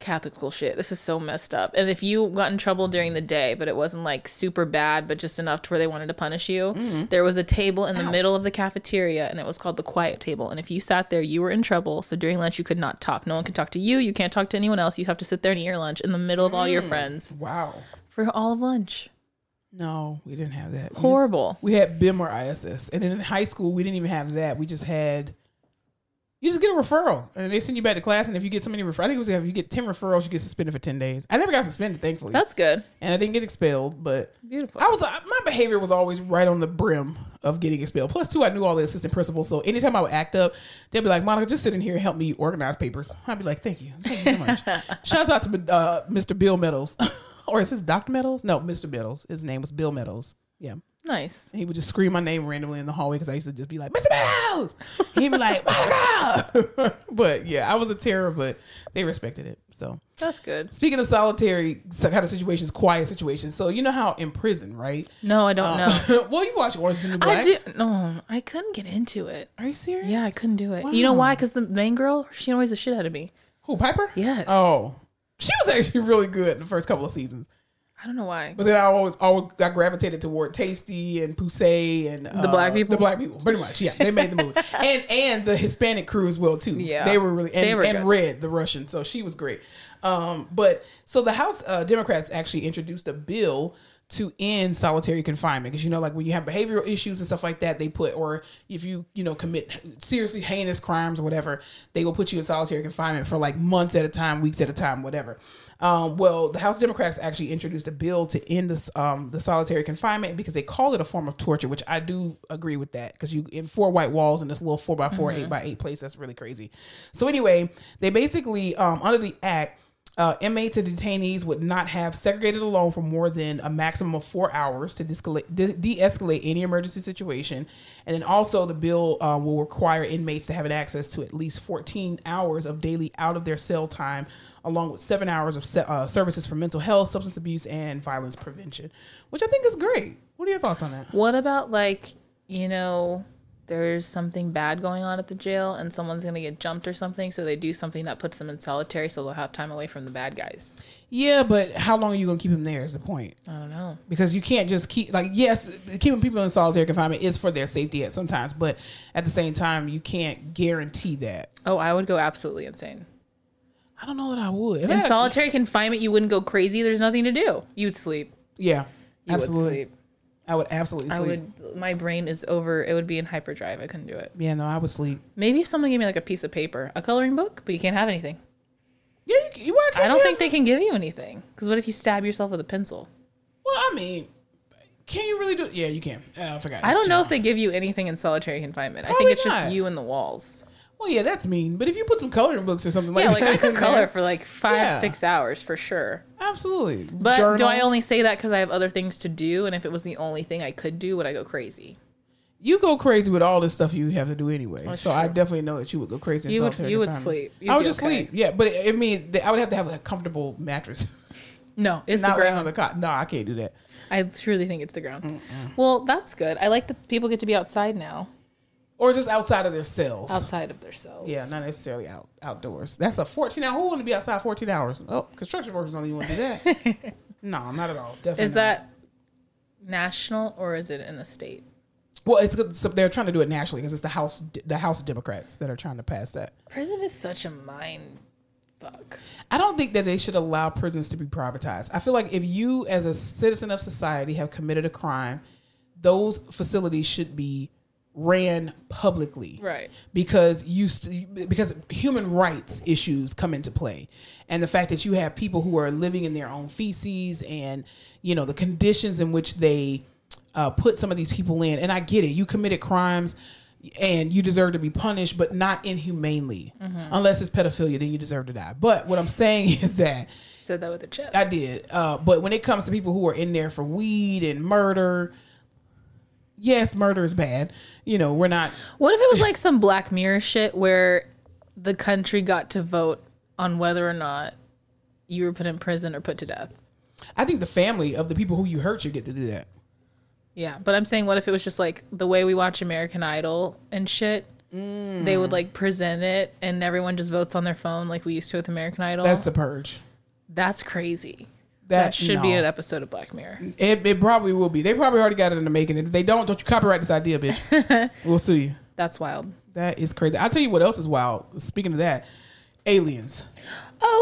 A: Catholic school shit. This is so messed up. And if you got in trouble during the day, but it wasn't like super bad, but just enough to where they wanted to punish you, there was a table in the middle of the cafeteria and it was called the quiet table. And if you sat there, you were in trouble. So during lunch, you could not talk. No one could talk to you. You can't talk to anyone else. You have to sit there and eat your lunch in the middle of all your friends
B: Wow.
A: for all of lunch.
B: No, we didn't have that. We just-
A: Horrible.
B: We, had BIM or ISS. And then in high school, we didn't even have that. We just had, you just get a referral. And they send you back to class. And if you get so many referrals, I think it was if you get 10 referrals, you get suspended for 10 days. I never got suspended, thankfully.
A: That's good.
B: and I didn't get expelled, but
A: Beautiful.
B: I was I- my behavior was always right on the brim of getting expelled. Plus, two, I knew all the assistant principals, so anytime I would act up, they'd be like, "Monica, just sit in here and help me organize papers." I'd be like, "Thank you, thank you so much." Shouts out to uh, Mr. Bill Meadows, or is this Dr. Meadows? No, Mr. Meadows. His name was Bill Meadows. Yeah,
A: Nice.
B: He would just scream my name randomly in the hallway because I used to just be like, Mr. Miles. He'd be like, "Monica!" but yeah, I was a terror, but they respected it. So
A: That's good.
B: speaking of solitary so- kind of situations, quiet situations. So you know how in prison, right?
A: No, I don't
B: Oh.
A: know.
B: well, you watch Orange is the New Black.
A: I do. No, I couldn't get into it.
B: Are you serious?
A: Yeah, I couldn't do it. You know
B: Wow.
A: why? Because the main girl, she annoys the shit out of me.
B: Who Piper?
A: Yes.
B: Oh, she was actually really good the first couple of seasons,
A: I don't know why.
B: but then I always always I gravitated toward Tasty and Poussey and uh,
A: black people?
B: The black people, pretty much. Yeah, they made the movie, and and the Hispanic crew as well too.
A: Yeah.
B: they were really and,
A: They were
B: and
A: good.
B: Red the Russian, so she was great. Um, but so the House uh, Democrats actually introduced a bill to end solitary confinement because you know like when you have behavioral issues and stuff like that they put or if you you know commit seriously heinous crimes or whatever they will put you in solitary confinement for like months at a time weeks at a time whatever um, well the house democrats actually introduced a bill to end this um, the solitary confinement because they call it a form of torture which i do agree with that because you in four white walls in this little four by 4 eight by eight place that's really crazy so anyway they basically um, under the act uh, inmates and detainees would not have segregated alone for more than a maximum of four hours to de-escalate, de- de-escalate any emergency situation. And then also, the bill uh, will require inmates to have an access to at least 14 hours of daily out of their cell time, along with seven hours of se- uh, services for mental health, substance abuse, and violence prevention, which I think is great. What are your thoughts on that?
A: What about like, you know, there's something bad going on at the jail and someone's gonna get jumped or something, so they do something that puts them in solitary, so they'll have time away from the bad guys.
B: Yeah, but how long are you going to keep them there is the point.
A: I don't know.
B: because you can't just keep like yes keeping people in solitary confinement is for their safety at sometimes but at the same time you can't guarantee that
A: Oh, I would go absolutely insane.
B: i don't know that i would If I
A: In
B: had-
A: solitary confinement, you wouldn't go crazy. There's nothing to do. You'd sleep.
B: yeah
A: You
B: absolutely
A: would sleep.
B: i would absolutely
A: I
B: sleep
A: would. My brain is over. It would be in hyperdrive. I couldn't do it.
B: yeah no i would sleep
A: Maybe if someone gave me like a piece of paper, a coloring book, but you can't have anything.
B: yeah you, can- why can't
A: I don't
B: you
A: think
B: have-
A: they can give you anything. Because what if you stab yourself with a pencil?
B: well i mean can you really do yeah you can uh, i forgot
A: I don't know if
B: It's
A: they give you anything in solitary confinement. I
B: Probably
A: think it's
B: not.
A: just you and the walls.
B: well yeah that's mean but if you put some coloring books or something like
A: Yeah, like
B: that
A: I
B: in
A: could
B: there-
A: color for like five,
B: Yeah.
A: six hours for sure.
B: absolutely
A: But do
B: Journal.
A: I only say that because I have other things to do? And if it was the only thing I could do, would I go crazy?
B: you go crazy with all this stuff you have to do anyway. so I
A: true.
B: definitely know that you would go crazy. In
A: You would-
B: solitary
A: you would
B: confinement.
A: sleep. You'd
B: I would
A: be
B: just
A: okay.
B: sleep. Yeah, but I mean, th- I would have to have a comfortable mattress,
A: No, it's
B: not
A: the
B: laying
A: ground.
B: on the cot. No, I can't do that.
A: I truly think it's the ground. Well, that's good. I like that people get to be outside now,
B: Or just outside of their cells.
A: outside of themselves.
B: Yeah, not necessarily out outdoors. That's a fourteen hour. Who want to be outside fourteen hours? Oh, construction workers don't even want to do that. no, not at all. Definitely.
A: Is that national or is it in a state?
B: not. well? It's good. So they're trying to do it nationally because it's the house, the House Democrats that are trying to pass that.
A: Prison is such a mind fuck.
B: I don't think that they should allow prisons to be privatized. I feel like if you, as a citizen of society, have committed a crime, those facilities should be ran publicly,
A: Right.
B: Because you, st- because human rights issues come into play, and the fact that you have people who are living in their own feces, and you know the conditions in which they uh, put some of these people in. And I get it; you committed crimes. And you deserve to be punished, but not inhumanely. Unless it's pedophilia, then you deserve to die. But what I'm saying is that
A: Said that with a chest.
B: I did. Uh, but when it comes to people who are in there for weed and murder, yes, murder is bad. You know, we're not.
A: what if it was like some Black Mirror shit where the country got to vote on whether or not you were put in prison or put to death?
B: I think the family of the people who you hurt should get to do that.
A: Yeah, but I'm saying, what if it was just like the way we watch American Idol and shit? They would like present it, and everyone just votes on their phone like we used to with American Idol.
B: That's the purge.
A: That's crazy.
B: That,
A: That should be
B: no.
A: an episode of Black Mirror.
B: It, it probably will be. They probably already got it in the making. If they don't, don't you copyright this idea, bitch. we'll sue you.
A: That's wild.
B: That is crazy. I'll tell you what else is wild. Speaking of that, aliens.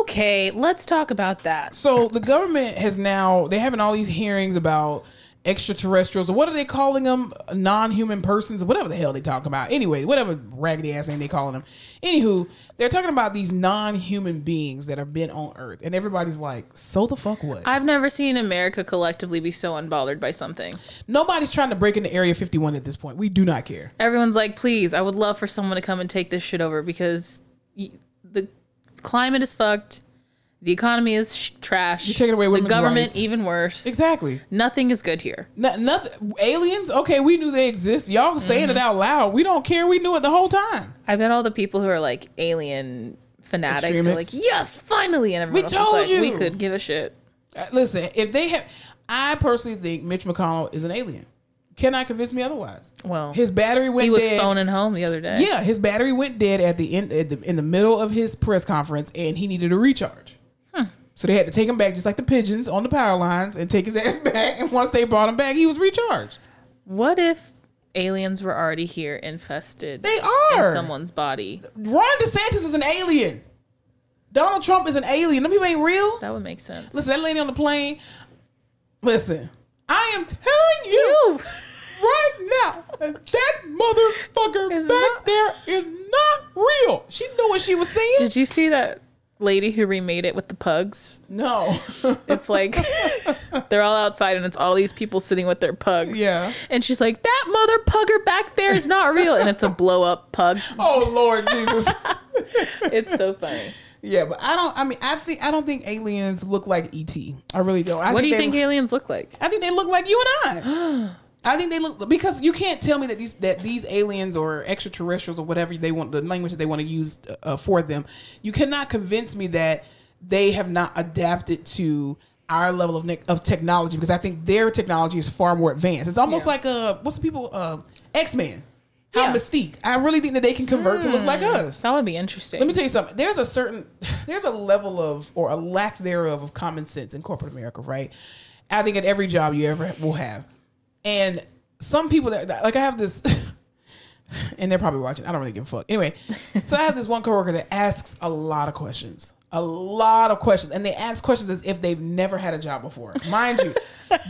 A: Okay, let's talk about that.
B: So the government has now they're having all these hearings about extraterrestrials. What are they calling them? Non-human persons, whatever the hell they talking about. Anyway, whatever raggedy ass name they calling them. Anywho, they're talking about these non-human beings that have been on Earth, and everybody's like, "So the fuck what?"
A: I've never seen America collectively be so unbothered by something.
B: Nobody's trying to break into Area 51 at this point. We do not care.
A: Everyone's like, please, I would love for someone to come and take this shit over because y- the climate is fucked. The economy is sh- trash.
B: You take it away,
A: The
B: women's
A: government
B: rights.
A: even worse.
B: Exactly.
A: Nothing is good here.
B: No, nothing. Aliens. Okay, we knew they exist. Y'all saying it out loud. We don't care. We knew it the whole time.
A: I bet all the people who are like alien fanatics are like,
B: Extremists.
A: yes, finally, and everyone
B: We
A: else is
B: told
A: like, we
B: you.
A: could give a shit.
B: Uh, Listen, if they have, I personally think Mitch McConnell is an alien. Cannot convince me otherwise.
A: Well,
B: His battery went
A: he was
B: dead.
A: phoning home the other day.
B: Yeah, his battery went dead at the end at the, in the middle of his press conference, and he needed a recharge. So they had to take him back, just like the pigeons on the power lines, and take his ass back. And once they brought him back, he was recharged.
A: What if aliens were already here, infested
B: They
A: in
B: are.
A: someone's body?
B: Ron DeSantis is an alien. Donald Trump is an alien. Them people ain't real.
A: That would make sense.
B: Listen, that lady on the plane. Listen, I am telling you right now that that motherfucker
A: Is
B: back
A: not-
B: there is not real. She knew what she was saying.
A: Did you see that lady who remade it with the pugs?
B: no.
A: It's like they're all outside and it's all these people sitting with their pugs.
B: Yeah.
A: And she's like, that mother pugger back there is not real. And it's a blow up pug.
B: oh Lord Jesus.
A: It's so funny.
B: yeah, but I don't. I mean, I think I don't think aliens look like ET. I really don't. I
A: What do you
B: they-
A: think aliens look like?
B: I think they look like you and I. I think they look because you can't tell me that these that these aliens or extraterrestrials or whatever they want the language that they want to use uh, for them. You cannot convince me that they have not adapted to our level of ne- of technology because I think their technology is far more advanced. It's almost
A: Yeah.
B: like uh what's the people uh, X Men, how
A: Yeah. Mm.
B: Mystique. I really think that they can convert to look like us.
A: That would be interesting.
B: Let me tell you something. There's a certain, there's a level of, or a lack thereof, of common sense in corporate America, right? I think at every job you ever will have, and some people that that- like I have this, and they're probably watching. I don't really give a fuck. Anyway, so I have this one coworker that asks a lot of questions, a lot of questions, and they ask questions as if they've never had a job before. Mind you,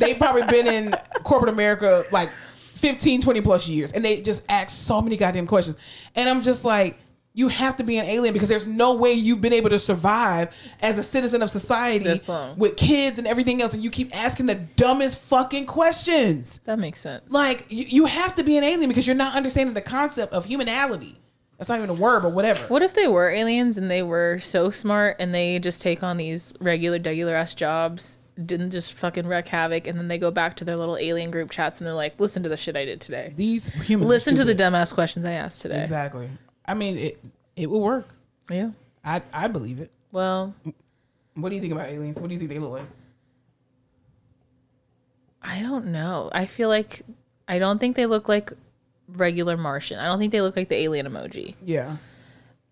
B: they've probably been in corporate America like 15, 20 plus years, and they just ask so many goddamn questions. And I'm just like, you have to be an alien because there's no way you've been able to survive as a citizen of society
A: This long.
B: with kids and everything else, and you keep asking the dumbest fucking questions
A: that makes sense.
B: like you, you have to be an alien because you're not understanding the concept of humanality. That's not even a word, but whatever.
A: What if they were aliens and they were so smart and they just take on these regular, regular ass jobs, didn't just fucking wreck havoc, and then they go back to their little alien group chats and they're like, listen to the shit I did today.
B: These humans. are
A: Listen to the
B: stupid.
A: dumbass questions I asked today.
B: Exactly. I mean, it it will work.
A: Yeah.
B: I I believe it.
A: Well,
B: What do you think about aliens? What do you think they look like?
A: I don't know. I feel like I don't think they look like regular Martian. I don't think they look like the alien emoji.
B: Yeah.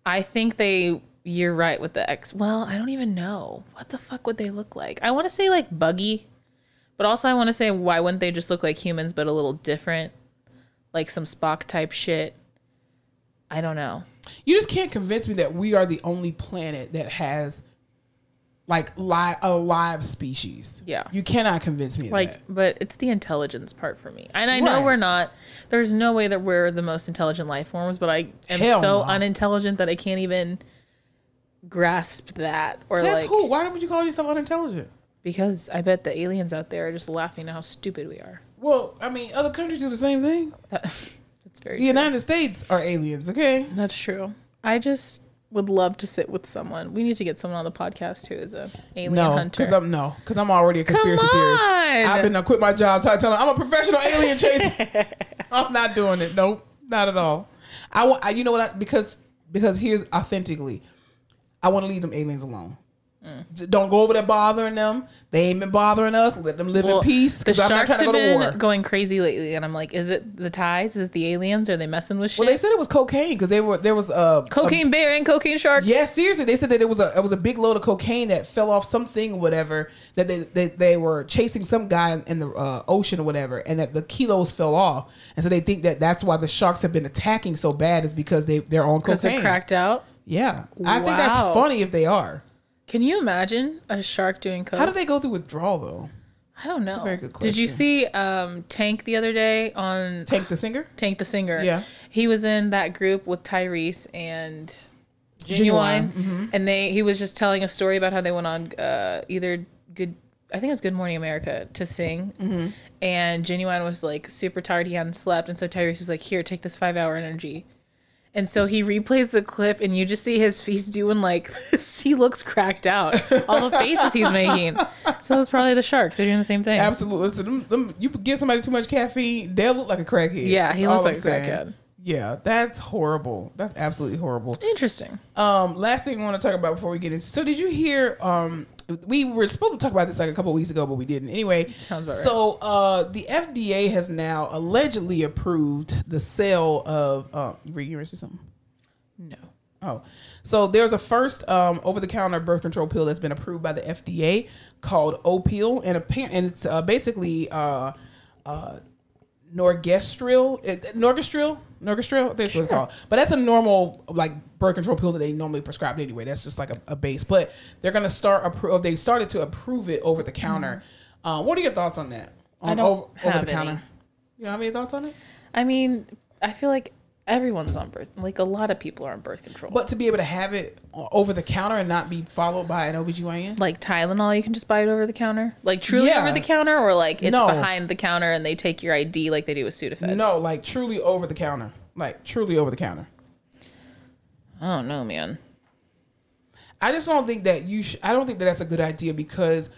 A: I think they. You're right with the X. Well, I don't even know what the fuck would they look like. I want to say like buggy, but also I want to say why wouldn't they just look like humans but a little different, like some Spock type shit. I don't know.
B: You just can't convince me that we are the only planet that has like li- a live species.
A: Yeah.
B: You cannot convince me of
A: Like,
B: that.
A: but it's the intelligence part for me, and I know
B: Right.
A: we're not. There's no way that we're the most intelligent life forms, but I am
B: Hell
A: so
B: no.
A: unintelligent that I can't even grasp that or
B: Says
A: like
B: who? Why would you call yourself unintelligent?
A: because I bet the aliens out there are just laughing at how stupid we are.
B: Well, I mean, other countries do the same thing.
A: It's very
B: The United States are aliens, okay?
A: That's true. I just would love to sit with someone. We need to get someone on the podcast who is a alien
B: No,
A: hunter.
B: because I'm no, because I'm already a conspiracy theorist.
A: on!
B: I've been I quit my job. Try telling I'm a professional alien chaser. I'm not doing it. Nope, not at all. I want. I, you know what? I, because because here's authentically, I want to leave them aliens alone.
A: Mm.
B: D- Don't go over there bothering them. They ain't been bothering us. Let them live
A: Well,
B: in peace.
A: the
B: Because I'm not
A: sharks
B: trying to
A: have
B: go to
A: been
B: war.
A: going crazy lately, and I'm like, is it the tides? Is it the aliens? Are they messing with shit?
B: well, they said it was cocaine because they were there was uh, a
A: cocaine bear and cocaine shark.
B: Yeah, seriously, they said that it was a it was a big load of cocaine that fell off something, or whatever. That they they, they were chasing some guy in, in the uh, ocean or whatever, and that the kilos fell off, and so they think that that's why the sharks have been attacking so bad is because they they're on
A: because they
B: cocaine.
A: cracked out.
B: Yeah, I think that's
A: Wow.
B: funny if they are.
A: Can you imagine a shark doing coke?
B: How do they go through withdrawal though?
A: I don't know.
B: very good
A: Did you
B: question.
A: see um, Tank the other day on
B: Tank the singer.
A: Tank the singer.
B: Yeah.
A: He was in that group with Tyrese and Genuine. And they he was just telling a story about how they went on uh, either good I think it was Good Morning America to sing. And Genuine was like super tired, he hadn't slept, and so Tyrese was like, Here, take this five hour energy. And so he replays the clip, and you just see his face doing like this. He looks cracked out. All the faces he's making. So it's probably the sharks. They're doing the same thing.
B: Absolutely. Listen, them, them, you give somebody too much caffeine, they'll look like a crackhead.
A: Yeah,
B: That's
A: he looks
B: all I'm
A: like a
B: saying.
A: crackhead.
B: Yeah, that's horrible. That's absolutely horrible.
A: Interesting.
B: Um, last thing I want to talk about before we get into so did you hear um we were supposed to talk about this like a couple weeks ago, but we didn't. Anyway,
A: Sounds about
B: so uh, the FDA has now allegedly approved the sale of um, you read yours or something.
A: No.
B: Oh, so there's a first um, over-the-counter birth control pill that's been approved by the FDA called Opil, and appar- and it's uh, basically uh, uh, norgestrel, it- norgestrel, norgestrel. I think that's what it's called. But that's a normal like birth control pill that they normally prescribe anyway. That's just like a, a base. But they're gonna start approve. They started to approve it over the counter. Um, what are your thoughts on that? On
A: Mm-hmm. don't
B: over,
A: have any.
B: the counter. You don't have any thoughts on it?
A: I mean, I feel like everyone's on birth. Like a lot of people are on birth control.
B: But to be able to have it o- over the counter and not be followed by an OBGYN?
A: like Tylenol, you can just buy it over the counter. Like truly
B: Yeah.
A: over the counter, or like it's
B: No.
A: behind the counter and they take your ID like they do with Sudafed.
B: No, like truly over the counter. Like truly over the counter.
A: I don't know, man.
B: I just don't think that you sh- I don't think that that's a good idea because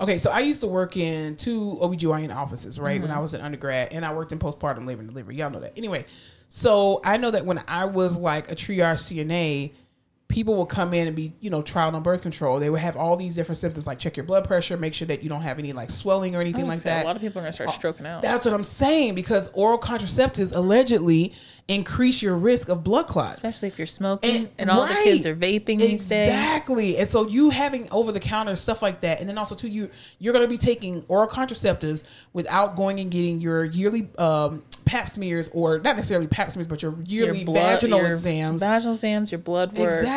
B: okay, so I used to work in two OBGYN offices, right?
A: Mm-hmm.
B: When I was an undergrad and I worked in postpartum labor and delivery. Y'all know that. Anyway, so I know that when I was like a triage CNA, people will come in and be, you know, trialed on birth control. They would have all these different symptoms like check your blood pressure, make sure that you don't have any like swelling or anything like
A: So
B: that. Oh,
A: A lot of people are gonna start stroking out.
B: That's what I'm saying because oral contraceptives allegedly increase your risk of blood clots.
A: Especially if you're smoking and, all the kids
B: right.
A: are vaping these days.
B: Exactly. And so you having over the counter stuff like that, and then also too, you you're gonna be taking oral contraceptives without going and getting your yearly um, Pap smears or not necessarily Pap smears, but your
A: Your
B: yearly
A: blood-
B: vaginal
A: your
B: exams.
A: Vaginal exams, your blood work.
B: exactly.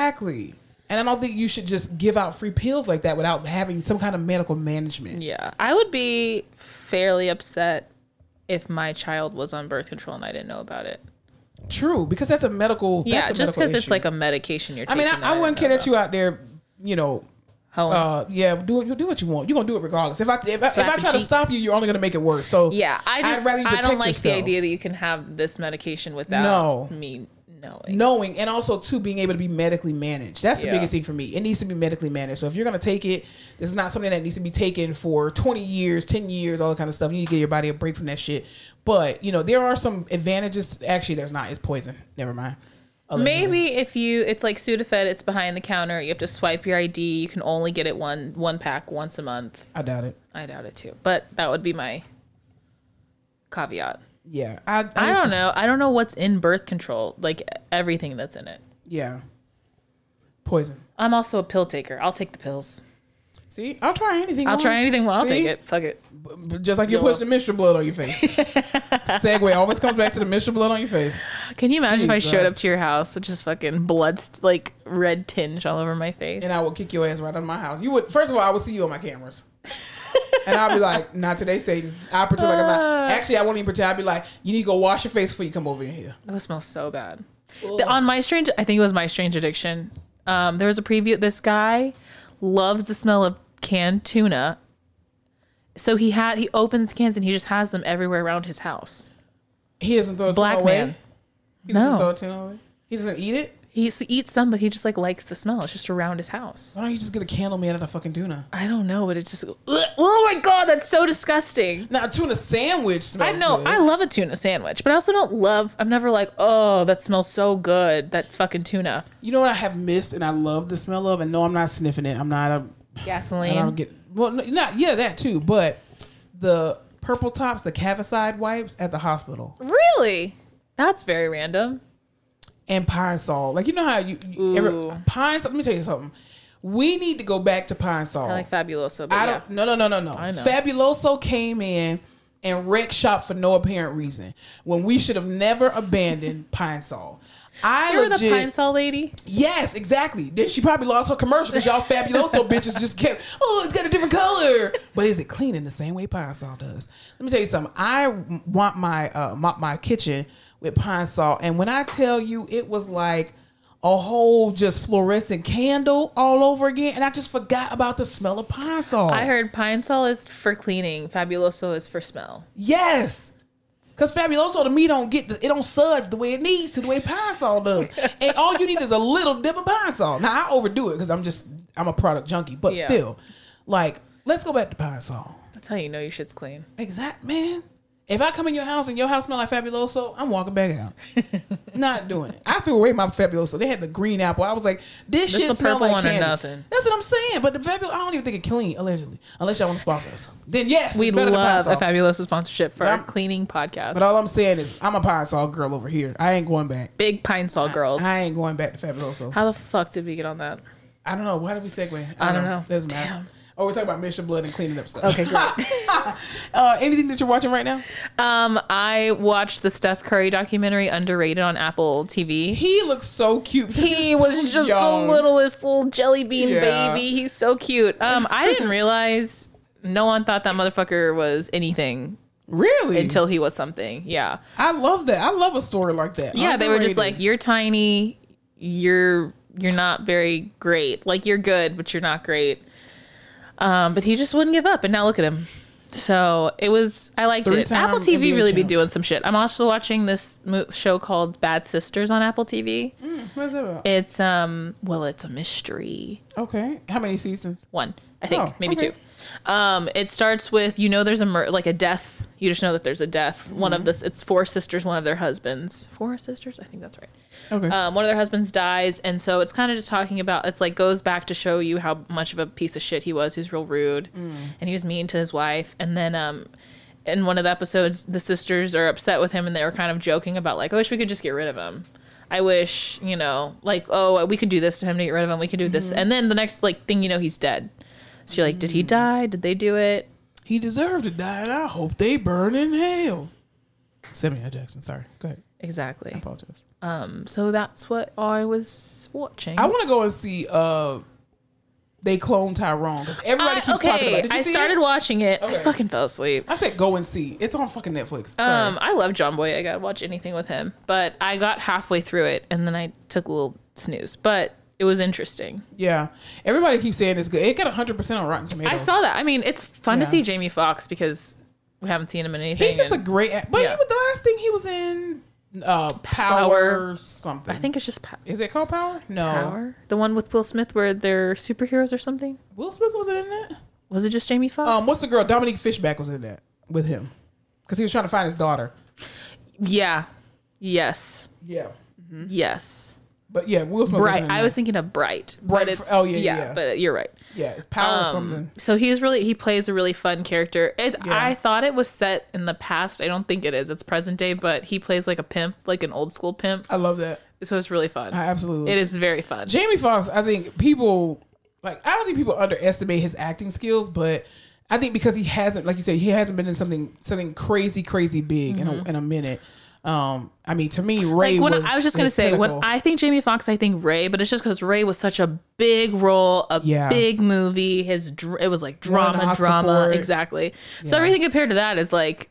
B: And I don't think you should just give out free pills like that without having some kind of medical management.
A: Yeah. I would be fairly upset if my child was on birth control and I didn't know about it.
B: True, because that's a medical.
A: Yeah,
B: that's a
A: just
B: medical
A: because it's
B: issue.
A: like a medication you're
B: I
A: taking.
B: mean, I, I wouldn't care that you out there, you know,
A: How,
B: uh, yeah, do it- do what you want. You're gonna do it regardless. If I if, I- if I
A: Slapping
B: try to
A: cheeks.
B: stop you, you're only gonna make it worse. So
A: yeah, I
B: I'd
A: just I
B: rather you
A: don't
B: protect
A: like the
B: yourself.
A: idea that you can have this medication without
B: No.
A: me knowing.
B: knowing and also too being able to be medically managed. That's the
A: Yeah.
B: biggest thing for me. It needs to be medically managed. So if you're gonna take it, this is not something that needs to be taken for 20 years, 10 years, all that kind of stuff. You need to give your body a break from that shit. But you know, there are some advantages. Actually, there's not. It's poison. Never mind. Allegedly.
A: Maybe if you, it's like Sudafed. It's behind the counter. You have to swipe your ID. You can only get it one one pack once a month.
B: I doubt it.
A: I doubt it too, but that would be my caveat.
B: Yeah, I I,
A: I
B: just-
A: don't know. I don't know what's in birth control, like everything that's in it.
B: Yeah, poison.
A: I'm also a pill taker. I'll take the pills.
B: See, I'll try anything.
A: I'll try
B: once.
A: anything. Well, I'll
B: See?
A: take it. Fuck it.
B: But just like you're
A: Yo.
B: pushing the menstrual blood on your face. Segway always comes back to the menstrual blood on your face.
A: Can you imagine if I showed
B: Jesus.
A: up to your house with just fucking blood, st- like red tinge all over my face?
B: And I would kick your ass right out of my house. You would first of all, I would see you on my cameras. and I'd be like, not today, Satan. I pretend like I'm
A: Uh.
B: not. Actually, I won't even pretend. I'd be like, you need to go wash your face before you come over in here.
A: It would smell so bad. The- on my strange, I think it was my strange addiction. Um, there was a preview. This guy loves the smell of canned tuna, so he had he opens cans and he just has them everywhere around his house.
B: He doesn't throw a
A: Black
B: tuna away.
A: man.
B: He doesn't
A: No.
B: throw a tuna away. He doesn't eat it.
A: He s- eats some, but he just like likes the smell. It's just around his house.
B: Why don't you just get a candle made out of fucking tuna?
A: I don't know, but it's just ugh, oh my god, that's so disgusting.
B: Now a tuna sandwich
A: I
B: smells.
A: know
B: good.
A: I love a tuna sandwich, but I also don't love. I'm never like, oh, that smells so good, that fucking tuna,
B: you know what I have missed and I love the smell of. And no, I'm not sniffing it. I'm not a
A: gasoline.
B: And I don't get well, no, not yeah, that too, but the purple tops, the Cavicide wipes at the hospital,
A: really, that's very random.
B: and Pine Sol. Like you know how you, you
A: Ooh.
B: every, Pine. Sol- Let me tell you something. We need to go back to Pine Sol.
A: I like Fabuloso, but
B: I
A: yeah.
B: don't. No, no, no, no, no.
A: know.
B: Fabuloso came in and wrecked shop for no apparent reason when we should have never abandoned Pine Sol. I
A: Remember
B: legit,
A: the Pine Sol lady?
B: Yes, exactly. Then she probably lost her commercial because y'all fabuloso bitches just kept, oh, it's got a different color. But is it clean in the same way Pine Sol does? Let me tell you something. I want my uh, mop my kitchen with Pine Sol, and when I tell you, it was like a whole just fluorescent candle all over again, and I just forgot about the smell of Pine Sol.
A: I heard Pine Sol is for cleaning, Fabuloso is for smell.
B: yes. Cause Fabuloso to me don't get the, it don't suds the way it needs to the way Pine Sol does, and all you need is a little dip of Pine Sol. Now I overdo it because I'm just I'm a product junkie, but
A: Yeah.
B: still, like let's go back to Pine Sol.
A: That's how you know your shit's clean.
B: Exact man. If I come in your house and your house smell like Fabuloso, I'm walking back out. Not doing it. I threw away my Fabuloso. They had the green apple. I was like, this,
A: This
B: shit
A: the
B: smells
A: purple
B: like
A: one or
B: candy.
A: nothing.
B: That's what I'm saying. But the Fabuloso, I don't even think it clean allegedly, unless y'all want to sponsor us. Then yes,
A: We
B: it's better than
A: love
B: Pine
A: a
B: Sol.
A: Fabuloso sponsorship for
B: But
A: our
B: I'm-
A: cleaning podcast.
B: But all I'm saying is, I'm a Pine Sol girl over here. I ain't going back.
A: Big Pine Sol girls.
B: I ain't going back to Fabuloso.
A: How the fuck did we get on that?
B: I don't know. Why did we segue?
A: I don't know.
B: Doesn't matter.
A: Damn.
B: Oh, we're talking about Mission Blood and cleaning up stuff. Okay, great. uh, anything that you're watching right now?
A: Um, I watched the Steph Curry documentary Underrated on Apple TV.
B: He looks so cute. because
A: He
B: he's
A: was
B: so
A: just
B: young.
A: the littlest little jelly bean
B: Yeah.
A: baby. He's so cute. Um, I didn't realize no one thought that motherfucker was
B: Mm.
A: anything
B: Really?
A: until he was something. Yeah.
B: I love that. I love a story like that.
A: Yeah, they were just like,
B: Underrated.
A: You're tiny, you're you're not very great. Like you're good, but you're not great. Um, but he just wouldn't give up and now look at him. So it was I liked it.
B: Three-time
A: Apple TV
B: NBA
A: really be
B: champ.
A: doing some shit. I'm also watching this mo- show called Bad Sisters on Apple TV.
B: What's that about?
A: It's um well, it's a mystery
B: Okay. How many seasons?
A: one i think
B: Oh,
A: maybe
B: okay.
A: two um it starts with you know there's a mur- like a death you just know that there's a death one
B: Mm-hmm.
A: of this it's four sisters one of their husbands four sisters i think that's right
B: Okay.
A: um, one of their husbands dies and so it's kind of just talking about it's like goes back to show you how much of a piece of shit he was who's real rude
B: Mm.
A: and he was mean to his wife and then um in one of the episodes the sisters are upset with him and they were kind of joking about like i wish we could just get rid of him i wish you know like oh we could do this to him to get rid of him we could do
B: Mm-hmm.
A: this and then the next like thing you know he's dead so you're like did
B: Mm.
A: he die did they do it
B: he deserved to die, and I hope they burn in hell. Samuel L. Jackson. Sorry. Go ahead.
A: exactly
B: Apologize.
A: so that's what i was watching
B: I want to go and see. uh They clone Tyrone because everybody
A: I-
B: keeps talking about. It. Did you
A: I
B: see
A: started
B: It?
A: watching it.
B: Okay.
A: I fucking fell asleep.
B: I said go and see. It's on fucking Netflix. Sorry.
A: Um, I love John Boyega. I gotta watch anything with him, but I got halfway through it and then I took a little snooze. But it was interesting.
B: yeah. Everybody keeps saying it's good. It got hundred percent on Rotten Tomatoes.
A: I saw that. I mean, it's fun
B: Yeah.
A: to see Jamie Foxx because we haven't seen him in anything.
B: He's just a
A: and
B: great. act- But he
A: Yeah.
B: was the last thing he was in. Uh, power,
A: Power.
B: something.
A: I think it's just pa-
B: Is it called Power? No.
A: Power, the one with Will Smith where they're superheroes or something.
B: Will Smith was in that.
A: Was it just Jamie Foxx?
B: Um, what's the girl? Dominique Fishback was in that with him because he was trying to find his daughter.
A: yeah, yes,
B: Yeah, Mm-hmm.
A: yes.
B: but yeah, Will Smith. Was in
A: Bright.
B: that.
A: I was thinking of Bright. but
B: Bright
A: it's-
B: fr- oh, yeah, yeah.
A: But you're right.
B: yeah, it's Power
A: Um,
B: or something.
A: So he's really he plays a really fun character. It,
B: Yeah.
A: I thought it was set in the past. I don't think it is. It's present day, but he plays like a pimp, like an old school pimp.
B: I love that.
A: So it's really fun.
B: I absolutely.
A: It is very fun.
B: Jamie Foxx. I think people like. I don't think people underestimate his acting skills, but I think because he hasn't, like you said, he hasn't been in something something crazy, crazy big in a in a minute. Um, I mean, to me, Ray.
A: Mm-hmm. like when
B: was
A: I was just gonna
B: his
A: say
B: pinnacle.
A: when I think Jamie Foxx, I think Ray, but it's just because Ray was such a big role, a
B: Yeah.
A: big movie. His dr- it was like
B: Won an
A: drama,
B: Oscar
A: drama,
B: for it.
A: exactly. So everything compared to that is like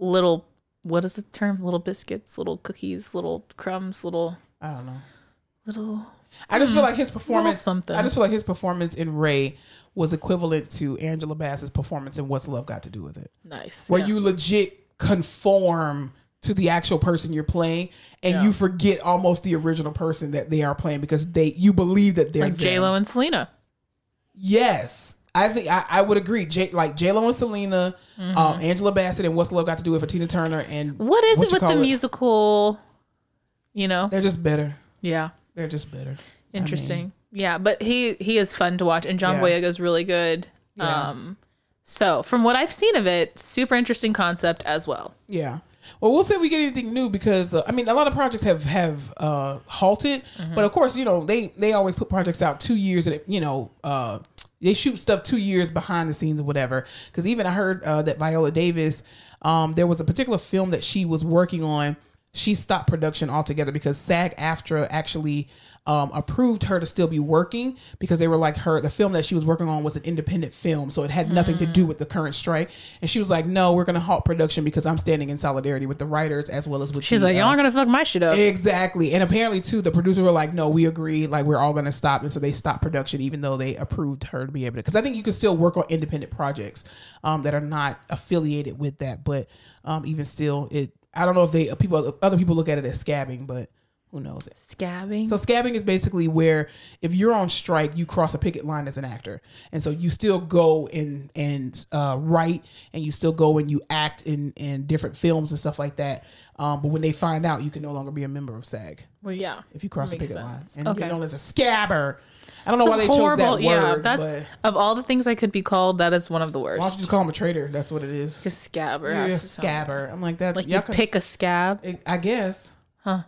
A: little. What is the term? Little biscuits, little cookies, little crumbs, little
B: I don't know.
A: little.
B: I just feel like his performance.
A: Mm-hmm. something.
B: I just feel like his performance in Ray was equivalent to Angela Bassett's performance in What's Love Got to Do with It,
A: Nice.
B: where
A: yeah.
B: you legit conform to the actual person you're playing, and you forget almost the original person that they are playing because they you believe that they're
A: like J Lo
B: them.
A: and Selena.
B: Yes, I think I, I would agree. J, like J Lo and Selena, um, Angela Bassett, and What's Love Got to Do with It for Tina Turner, and
A: Mm-hmm. What is
B: what
A: it
B: you
A: with the
B: call
A: musical? You know,
B: They're just better.
A: yeah,
B: They're just better.
A: interesting. yeah, but he he is fun to watch, and John
B: Yeah.
A: Boyega's really good.
B: Yeah.
A: Um, so from what I've seen of it, super interesting concept as well.
B: Yeah. Well, we'll see if we get anything new because uh, I mean, a lot of projects have have uh, halted, but of course, you know they they always put projects out two years and you know uh, they shoot stuff two years behind the scenes or whatever. Because even I heard uh, that Viola Davis, um, there was a particular film that she was working on. She stopped production altogether because SAG-AFTRA actually um, approved her to still be working because they were like her the film that she was working on was an independent film so it had nothing to
A: Mm.
B: do with the current strike and she was like no we're gonna halt production because I'm standing in solidarity with the writers as well as with
A: She's
B: the,
A: like,
B: uh,
A: y'all aren't gonna fuck my shit up.
B: Exactly. And apparently too, the producers were like, no, we agree. Like we're all gonna stop. And so they stopped production even though they approved her to be able to because I think you can still work on independent projects um, that are not affiliated with that. But um, even still it I don't know if they people other people look at it as scabbing, but who knows?
A: Scabbing.
B: So scabbing is basically where if you're on strike, you cross a picket line as an actor, and so you still go and and uh, write, and you still go and you act in in different films and stuff like that. Um, but when they find out, you can no longer be a member of SAG
A: well, yeah.
B: if you cross a
A: Makes
B: picket line,
A: sense.
B: and you
A: Okay.
B: get known as a scabber. I don't know why they chose that word.
A: yeah,
B: that's
A: that's
B: but
A: of all the things I could be called, that is one of the
B: why don't you
A: worst.
B: just call him a traitor? That's what it is.
A: Because scabber.
B: You're a
A: has to sound-
B: scabber. I'm like that's
A: Like you
B: y'all could-
A: pick a scab.
B: I guess,
A: Huh.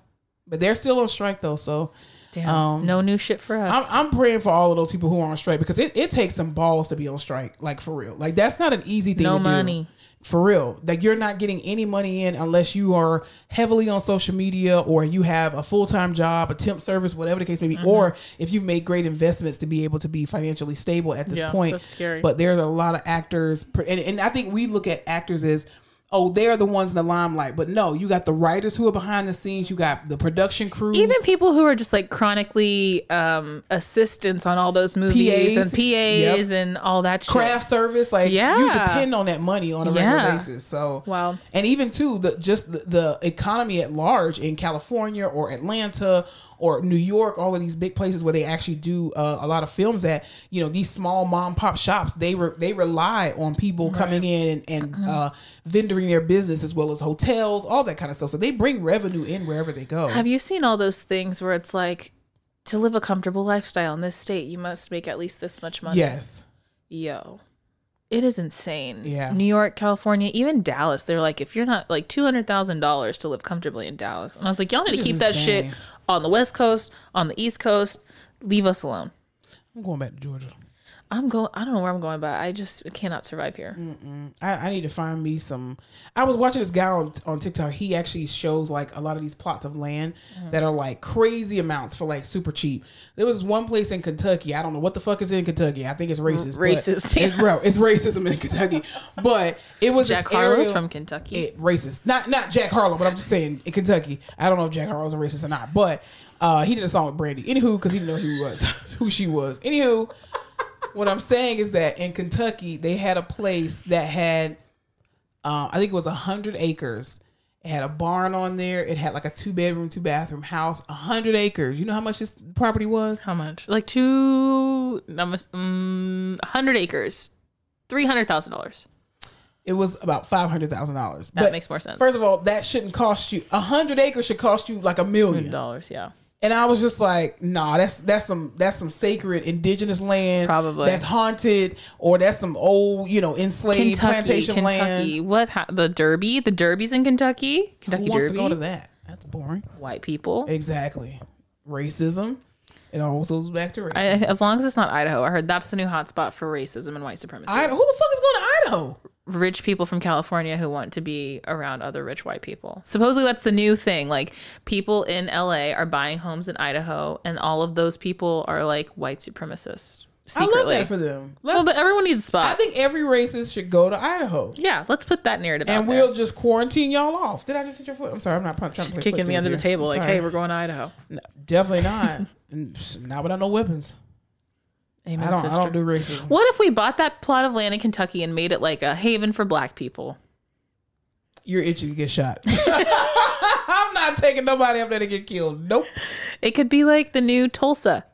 B: but they're still on strike though, so.
A: Damn.
B: Um,
A: no new shit for us.
B: I'm, I'm praying for all of those people who are on strike because it, it takes some balls to be on strike, like for real. Like that's not an easy thing.
A: No
B: to do.
A: money.
B: for real. Like you're not getting any money in unless you are heavily on social media or you have a full time job, a temp service, whatever the case may be,
A: Mm-hmm.
B: or if you've made great investments to be able to be financially stable at this
A: Yeah,
B: point.
A: that's scary.
B: But there's a lot of actors, pr- and, and I think we look at actors as. Oh, they're the ones in the limelight, but no, you got the writers who are behind the scenes. You got the production crew.
A: even people who are just like chronically um assistants on all those movies and
B: PAs.
A: PAs and all that shit.
B: craft service like you
A: Yeah.
B: depend on that money on a regular
A: Yeah.
B: basis so
A: Wow.
B: and even too the just the, the economy at large in california or atlanta or new york all of these big places where they actually do uh, a lot of films at you know these small mom pop shops they were they rely on people coming in and,
A: Uh-huh.
B: and uh vendoring their business as well as hotels all that kind of stuff so they bring revenue in wherever they go
A: Have you seen all those things where it's like to live a comfortable lifestyle in this state, you must make at least this much money?
B: yes
A: Yo. It is insane.
B: Yeah.
A: New York, California, even Dallas, they're like, if you're not like $200,000 to live comfortably in Dallas. And I was like, y'all need to
B: is
A: keep that shit
B: insane.
A: on the West Coast, on the East Coast. Leave us alone.
B: i'm going back to georgia
A: I'm going, I don't know where I'm going, but I just cannot survive here.
B: Mm. I, I need to find me some. I was watching this guy on, on TikTok. He actually shows like a lot of these plots of land
A: Mm-hmm.
B: that are like crazy amounts for like super cheap. There was one place in Kentucky. I don't know what the fuck is in Kentucky. I think it's racist. but-
A: racist, yeah.
B: It's, bro, it's racism in Kentucky. But it was
A: Jack
B: this area-
A: Harlow's from Kentucky.
B: it, racist. Not not Jack Harlow, but I'm just saying in Kentucky. I don't know if Jack Harlow's a racist or not, but uh, he did a song with Brandy. Anywho, because he didn't know who he was, who she was. Anywho, what I'm saying is that in Kentucky they had a place that had, uh, I think it was hundred acres. It had a barn on there. It had like a two bedroom, two bathroom house. hundred acres. You know how much this property was?
A: How much? Like two, um, mm, 100 acres, $300,000.
B: It was about five hundred thousand dollars.
A: That makes more sense.
B: First of all, that shouldn't cost you. hundred acres should cost you like a million.
A: Dollars, yeah.
B: And I was just like, nah, that's that's some that's some sacred indigenous land,
A: Probably.
B: that's haunted, or that's some old you know enslaved
A: Kentucky,
B: plantation
A: Kentucky.
B: land.
A: What ha- the Derby? The Derby's in Kentucky. Kentucky
B: Who wants
A: Derby.
B: to go to that? That's boring.
A: White people.
B: Exactly, racism. It always goes back to racism.
A: I, as long as it's not Idaho, I heard that's the new hotspot for racism and white supremacy.
B: I, who the fuck is going to Idaho?
A: rich people from California who want to be around other rich white people. Supposedly that's the new thing. Like people in LA are buying homes in Idaho, and all of those people are like white supremacists secretly.
B: I love that for them. Let's,
A: well, but everyone needs a
B: I
A: spot.
B: think every racist should go to Idaho,
A: yeah, let's put that narrative
B: and
A: out
B: we'll
A: there.
B: just quarantine y'all off. Did I just hit your foot? I'm sorry, I'm not trying to
A: Just
B: play
A: kicking
B: footsie
A: me
B: with
A: under
B: you.
A: the table,
B: I'm
A: like,
B: sorry.
A: hey, we're going to Idaho.
B: No, definitely not. And not without no weapons.
A: Amen,
B: I don't.
A: sister.
B: I don't do racism.
A: What if we bought that plot of land in Kentucky and made it like a haven for black people?
B: you're itching to get shot. I'm not taking nobody up there to get killed. Nope.
A: It could be like the new Tulsa,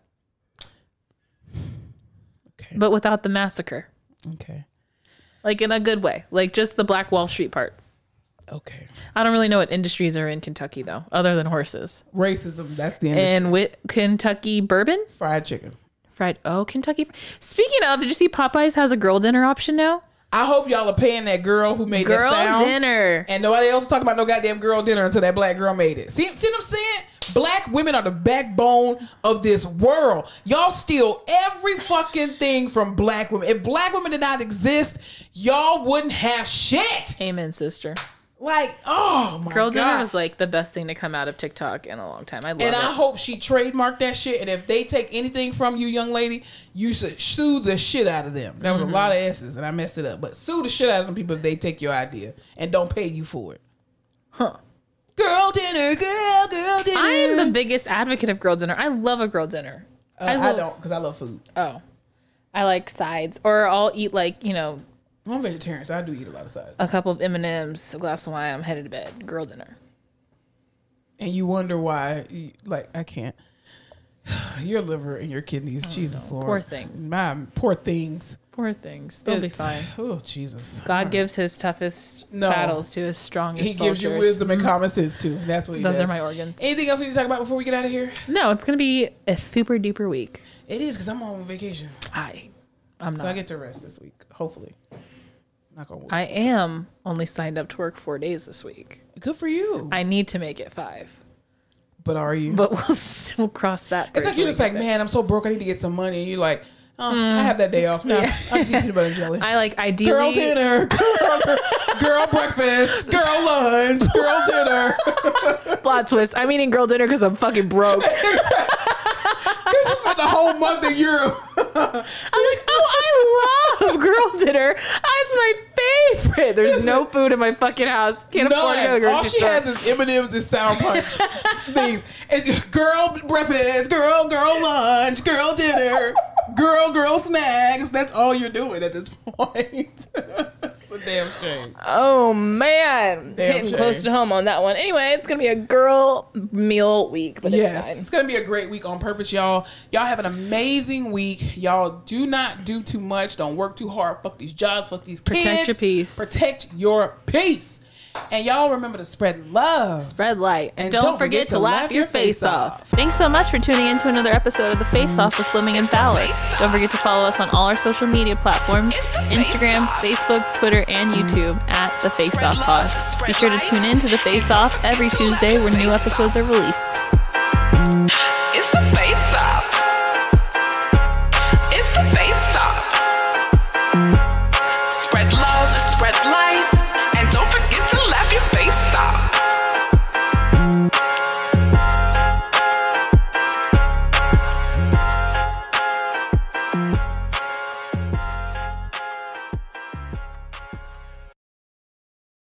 B: Okay.
A: but without the massacre.
B: Okay.
A: Like in a good way, like just the Black Wall Street part.
B: Okay.
A: I don't really know what industries are in Kentucky though, other than horses.
B: Racism. That's the end
A: And with Kentucky bourbon,
B: of fried chicken.
A: fried. Oh, Kentucky. fr- Speaking of, did you see Popeyes has a girl dinner option now?
B: I hope y'all are paying that girl who made
A: Girl
B: that sound.
A: dinner.
B: And nobody else talking about no goddamn girl dinner until that black girl made it. See, see what I'm saying? Black women are the backbone of this world. Y'all steal every fucking thing from black women. If black women did not exist, y'all wouldn't have shit.
A: Amen, sister.
B: Like, oh my
A: Girl
B: god.
A: dinner was like the best thing to come out of TikTok in a long time. I love
B: And
A: it.
B: I hope she trademarked that shit. And if they take anything from you, young lady, you should sue the shit out of them. That was
A: Mm-hmm.
B: a lot of S's, and I messed it up. But sue the shit out of them people if they take your idea and don't pay you for it.
A: Huh.
B: Girl dinner, girl, girl dinner.
A: I am the biggest advocate of girl dinner. I love a girl dinner.
B: Uh, I, Uh,
A: I love-
B: don't because I love food.
A: Oh. I like sides. Or I'll eat like, you know,
B: I'm vegetarian, so I do eat a lot of sides.
A: a couple of M and M's, a glass of wine. I'm headed to bed. Girl dinner.
B: and you wonder why, you- like, I can't. Your liver and your kidneys, Jesus Lord,
A: Poor thing.
B: my poor things.
A: Poor things. They'll be
B: It's-
A: fine.
B: Oh Jesus,
A: God gives his toughest
B: No.
A: battles to his strongest.
B: He gives you
A: soldiers.
B: wisdom and common sense too. and That's what he
A: Mm-hmm. Those
B: does.
A: are my organs.
B: Anything else we need to talk about before we get out of here?
A: no, it's gonna be a super duper week.
B: It is because I'm on vacation,
A: I, I'm
B: so
A: not.
B: I get to rest this week. Hopefully, not gonna work.
A: I am only signed up to work four days this week.
B: Good for you.
A: I need to make it five,
B: but are you?
A: but we'll still cross that.
B: it's like you're just like, man, I'm so broke. I need to get some money. And you're like, oh, I have that day off. No, I'm just eating peanut butter and jelly.
A: Mm. I like ideally.
B: girl dinner, girl, girl breakfast, girl lunch, girl dinner.
A: Plot twist. I'm eating girl dinner because I'm fucking broke.
B: For the whole month of Europe.
A: I'm like, oh, I love girl dinner. That's my favorite. There's no food in my fucking house. Can't afford to go to the
B: None.
A: grocery
B: All she
A: store.
B: has is M and M's and sour punch things. It's girl breakfast, girl girl lunch, girl dinner, girl girl snacks. That's all you're doing at this point. it's a damn shame.
A: oh man,
B: Damn
A: hitting
B: shame.
A: close to home on that one. Anyway, it's gonna be a girl meal week, but
B: Yes,
A: it's
B: it's
A: fine.
B: gonna be a great week on purpose, y'all. Y'all have an amazing week. Y'all do not do too much. Don't work too hard. Fuck these jobs. Fuck these kids.
A: Protect your peace.
B: Protect your peace. And y'all remember to spread love.
A: Spread light and,
B: don't forget to laugh your face off.
A: Thanks so much for tuning in to another episode of The Face Off with Fleming and Fowler.
C: Face Off.
A: Don't forget to follow us on all our social media platforms
C: It's The Face
A: Instagram,
C: Off.
A: Facebook, Twitter, and YouTube at The Face
C: Spread
A: Off
C: love,
A: Pod.
C: spread
A: Be sure to
C: light,
A: tune in to The Face
C: and
A: Off every
C: don't forget to
A: Tuesday
C: laugh
A: where
C: your
A: new
C: face
A: episodes are released.